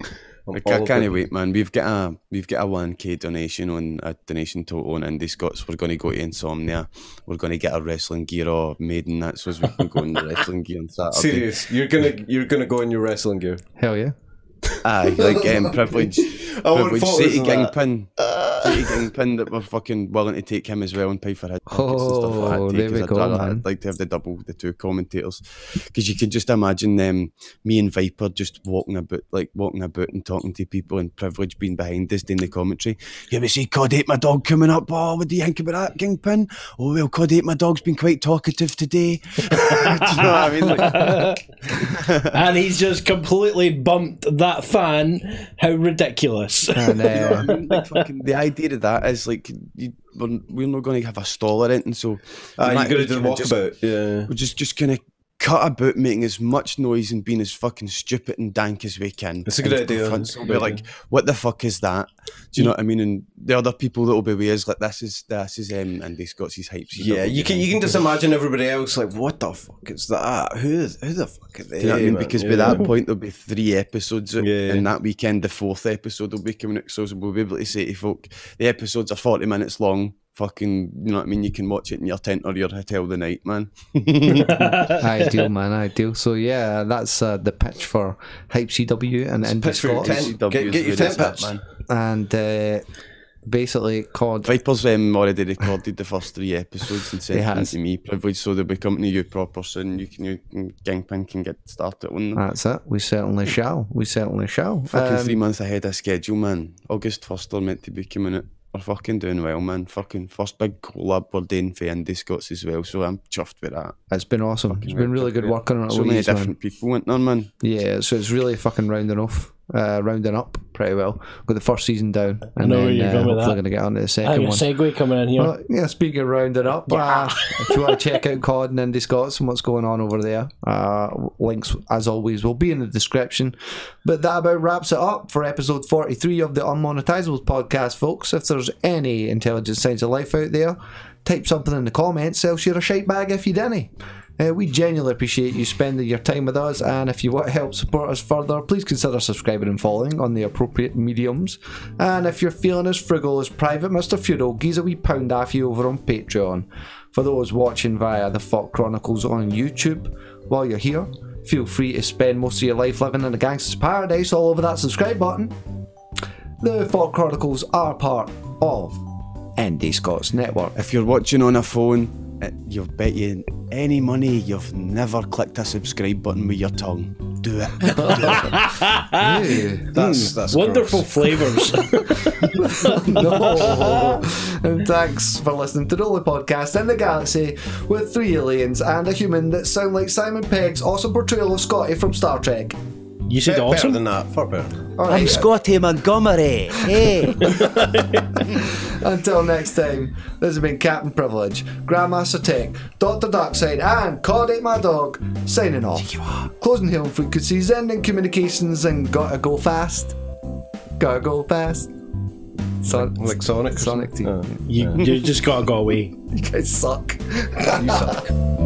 Speaker 3: Like, I can't wait, man. We've got a we've got a one k donation on a donation total on Indie Scots. We're going to go to Insomnia. We're going to get a wrestling gear or maiden. That's so we can go in the wrestling gear on Saturday.
Speaker 4: Serious, you're gonna you're gonna go in your wrestling gear.
Speaker 1: Hell yeah.
Speaker 3: Aye, like um, privilege,
Speaker 4: wouldn't
Speaker 3: privilege.
Speaker 4: fault
Speaker 3: City
Speaker 4: us for
Speaker 3: gang
Speaker 4: that.
Speaker 3: pin, city gang pin that we're fucking willing to take him as well and pay for his tickets and stuff like
Speaker 1: Oh,
Speaker 3: that.
Speaker 1: there
Speaker 3: take, 'cause
Speaker 1: we
Speaker 3: I'd
Speaker 1: go,
Speaker 3: rather-
Speaker 1: man.
Speaker 3: I'd like to have the double, the two commentators, because you can just imagine them, me and Viper just walking about, like walking about and talking to people, and privilege being behind us doing the commentary. Yeah, we see Cod ate my dog coming up. Oh, what do you think about that, Kingpin? Oh well, Cod ate my dog's been quite talkative today. do you know what I mean? Like,
Speaker 2: and he's just completely bumped that fan. How ridiculous!
Speaker 1: And,
Speaker 3: You know
Speaker 1: uh,
Speaker 3: what I
Speaker 4: Um,
Speaker 3: mean? Like fucking, the idea of that is like you, we're, we're not going to have a stall or anything, so
Speaker 4: Ah,
Speaker 3: we
Speaker 4: you're
Speaker 3: might
Speaker 4: gonna
Speaker 3: be
Speaker 4: do
Speaker 3: kinda
Speaker 4: walk
Speaker 3: just,
Speaker 4: about. Yeah.
Speaker 3: We're just just going to cut about making as much noise and being as fucking stupid and dank as we can.
Speaker 4: That's a good
Speaker 3: And
Speaker 4: idea.
Speaker 3: front-
Speaker 4: That's a
Speaker 3: we're
Speaker 4: good
Speaker 3: like, what the fuck is that? Do you know what I mean? And the other people that will be with us, like this is this is um, Andy Scott's hype.
Speaker 4: Yeah, you can you can just imagine everybody else like, what the fuck is that? Who is who the fuck are they?
Speaker 3: Do you know what I mean?
Speaker 4: man?
Speaker 3: Because
Speaker 4: Yeah.
Speaker 3: by that point there'll be three episodes, out,
Speaker 4: Yeah.
Speaker 3: and that weekend the fourth episode will be coming out. So we'll be able to say to folk, the episodes are forty minutes long. Fucking, you know what I mean? You can watch it in your tent or your hotel the night, man.
Speaker 1: ideal, man. Ideal. So yeah, that's uh, the pitch for Hype CW and Indie
Speaker 4: pitch for your
Speaker 1: Scots.
Speaker 4: tent. Get- get your tent pitched.
Speaker 1: And uh, basically, Cod.
Speaker 3: Viper's um, already recorded the first three episodes and sent
Speaker 1: He
Speaker 3: them
Speaker 1: has.
Speaker 3: to me, privilege, so they'll be coming to you proper soon. You can, you can Gangpin can get started on them.
Speaker 1: That's it. We certainly shall. We certainly shall.
Speaker 3: Fucking
Speaker 1: Um,
Speaker 3: three months ahead of schedule, man. August first, they're meant to be coming out. we're fucking doing well, man. Fucking first big collab we're doing for Indie Scots as well, so I'm chuffed with that.
Speaker 1: It's been awesome. it's been really good working on it.
Speaker 3: So
Speaker 1: with
Speaker 3: many
Speaker 1: yous, man.
Speaker 3: different people went on, man.
Speaker 1: Yeah, so it's really fucking rounding off, uh, rounding up pretty well. Got the first season down, and
Speaker 2: know where
Speaker 1: then
Speaker 2: you're going
Speaker 1: uh,
Speaker 2: with
Speaker 1: hopefully
Speaker 2: that.
Speaker 1: going to get onto the
Speaker 2: I
Speaker 1: second
Speaker 2: got a
Speaker 1: one.
Speaker 2: segue coming in here.
Speaker 1: Well, yeah, speaking of rounding up, uh, if you want to check out Cod and Indie Scots and what's going on over there, uh, links as always will be in the description. But that about wraps it up for episode 43 of the Unmonetizables podcast, folks. If there's any intelligent signs of life out there, type something in the comments, else you're a shite bag if you didn't. Uh, we genuinely appreciate you spending your time with us, and if you want to help support us further, please consider subscribing and following on the appropriate mediums. And if you're feeling as frugal as Private Mr. Feudal, geez a wee pound off you over on Patreon. For those watching via the Fuck Chronicles on YouTube, while you're here, feel free to spend most of your life living in a gangster's paradise all over that subscribe button. The Fuck Chronicles are part of Andy Scott's network.
Speaker 3: If you're watching on a phone, uh, you'll bet you any money you've never clicked a subscribe button with your tongue. Do it. Do it. that's that's
Speaker 2: Hmm. Wonderful flavours.
Speaker 1: No. and thanks for listening to the only podcast in the galaxy with three aliens and a human that sound like Simon Pegg's awesome portrayal of Scotty from Star Trek.
Speaker 2: you said
Speaker 4: Better
Speaker 2: awesome.
Speaker 4: than that, far better.
Speaker 1: Alright,
Speaker 5: Scotty Montgomery. Hey.
Speaker 1: until next time, this has been Captain Privilege, Grandmaster Tech, Dr. Darkside, and Cod Ate My Dog signing off. Closing home frequencies, ending communications, and gotta go fast. Gotta go fast. Son-
Speaker 4: Like Sonic. or
Speaker 1: Sonic
Speaker 4: something?
Speaker 1: Team.
Speaker 4: Oh.
Speaker 2: You, you just gotta go away.
Speaker 1: You guys suck.
Speaker 4: You suck.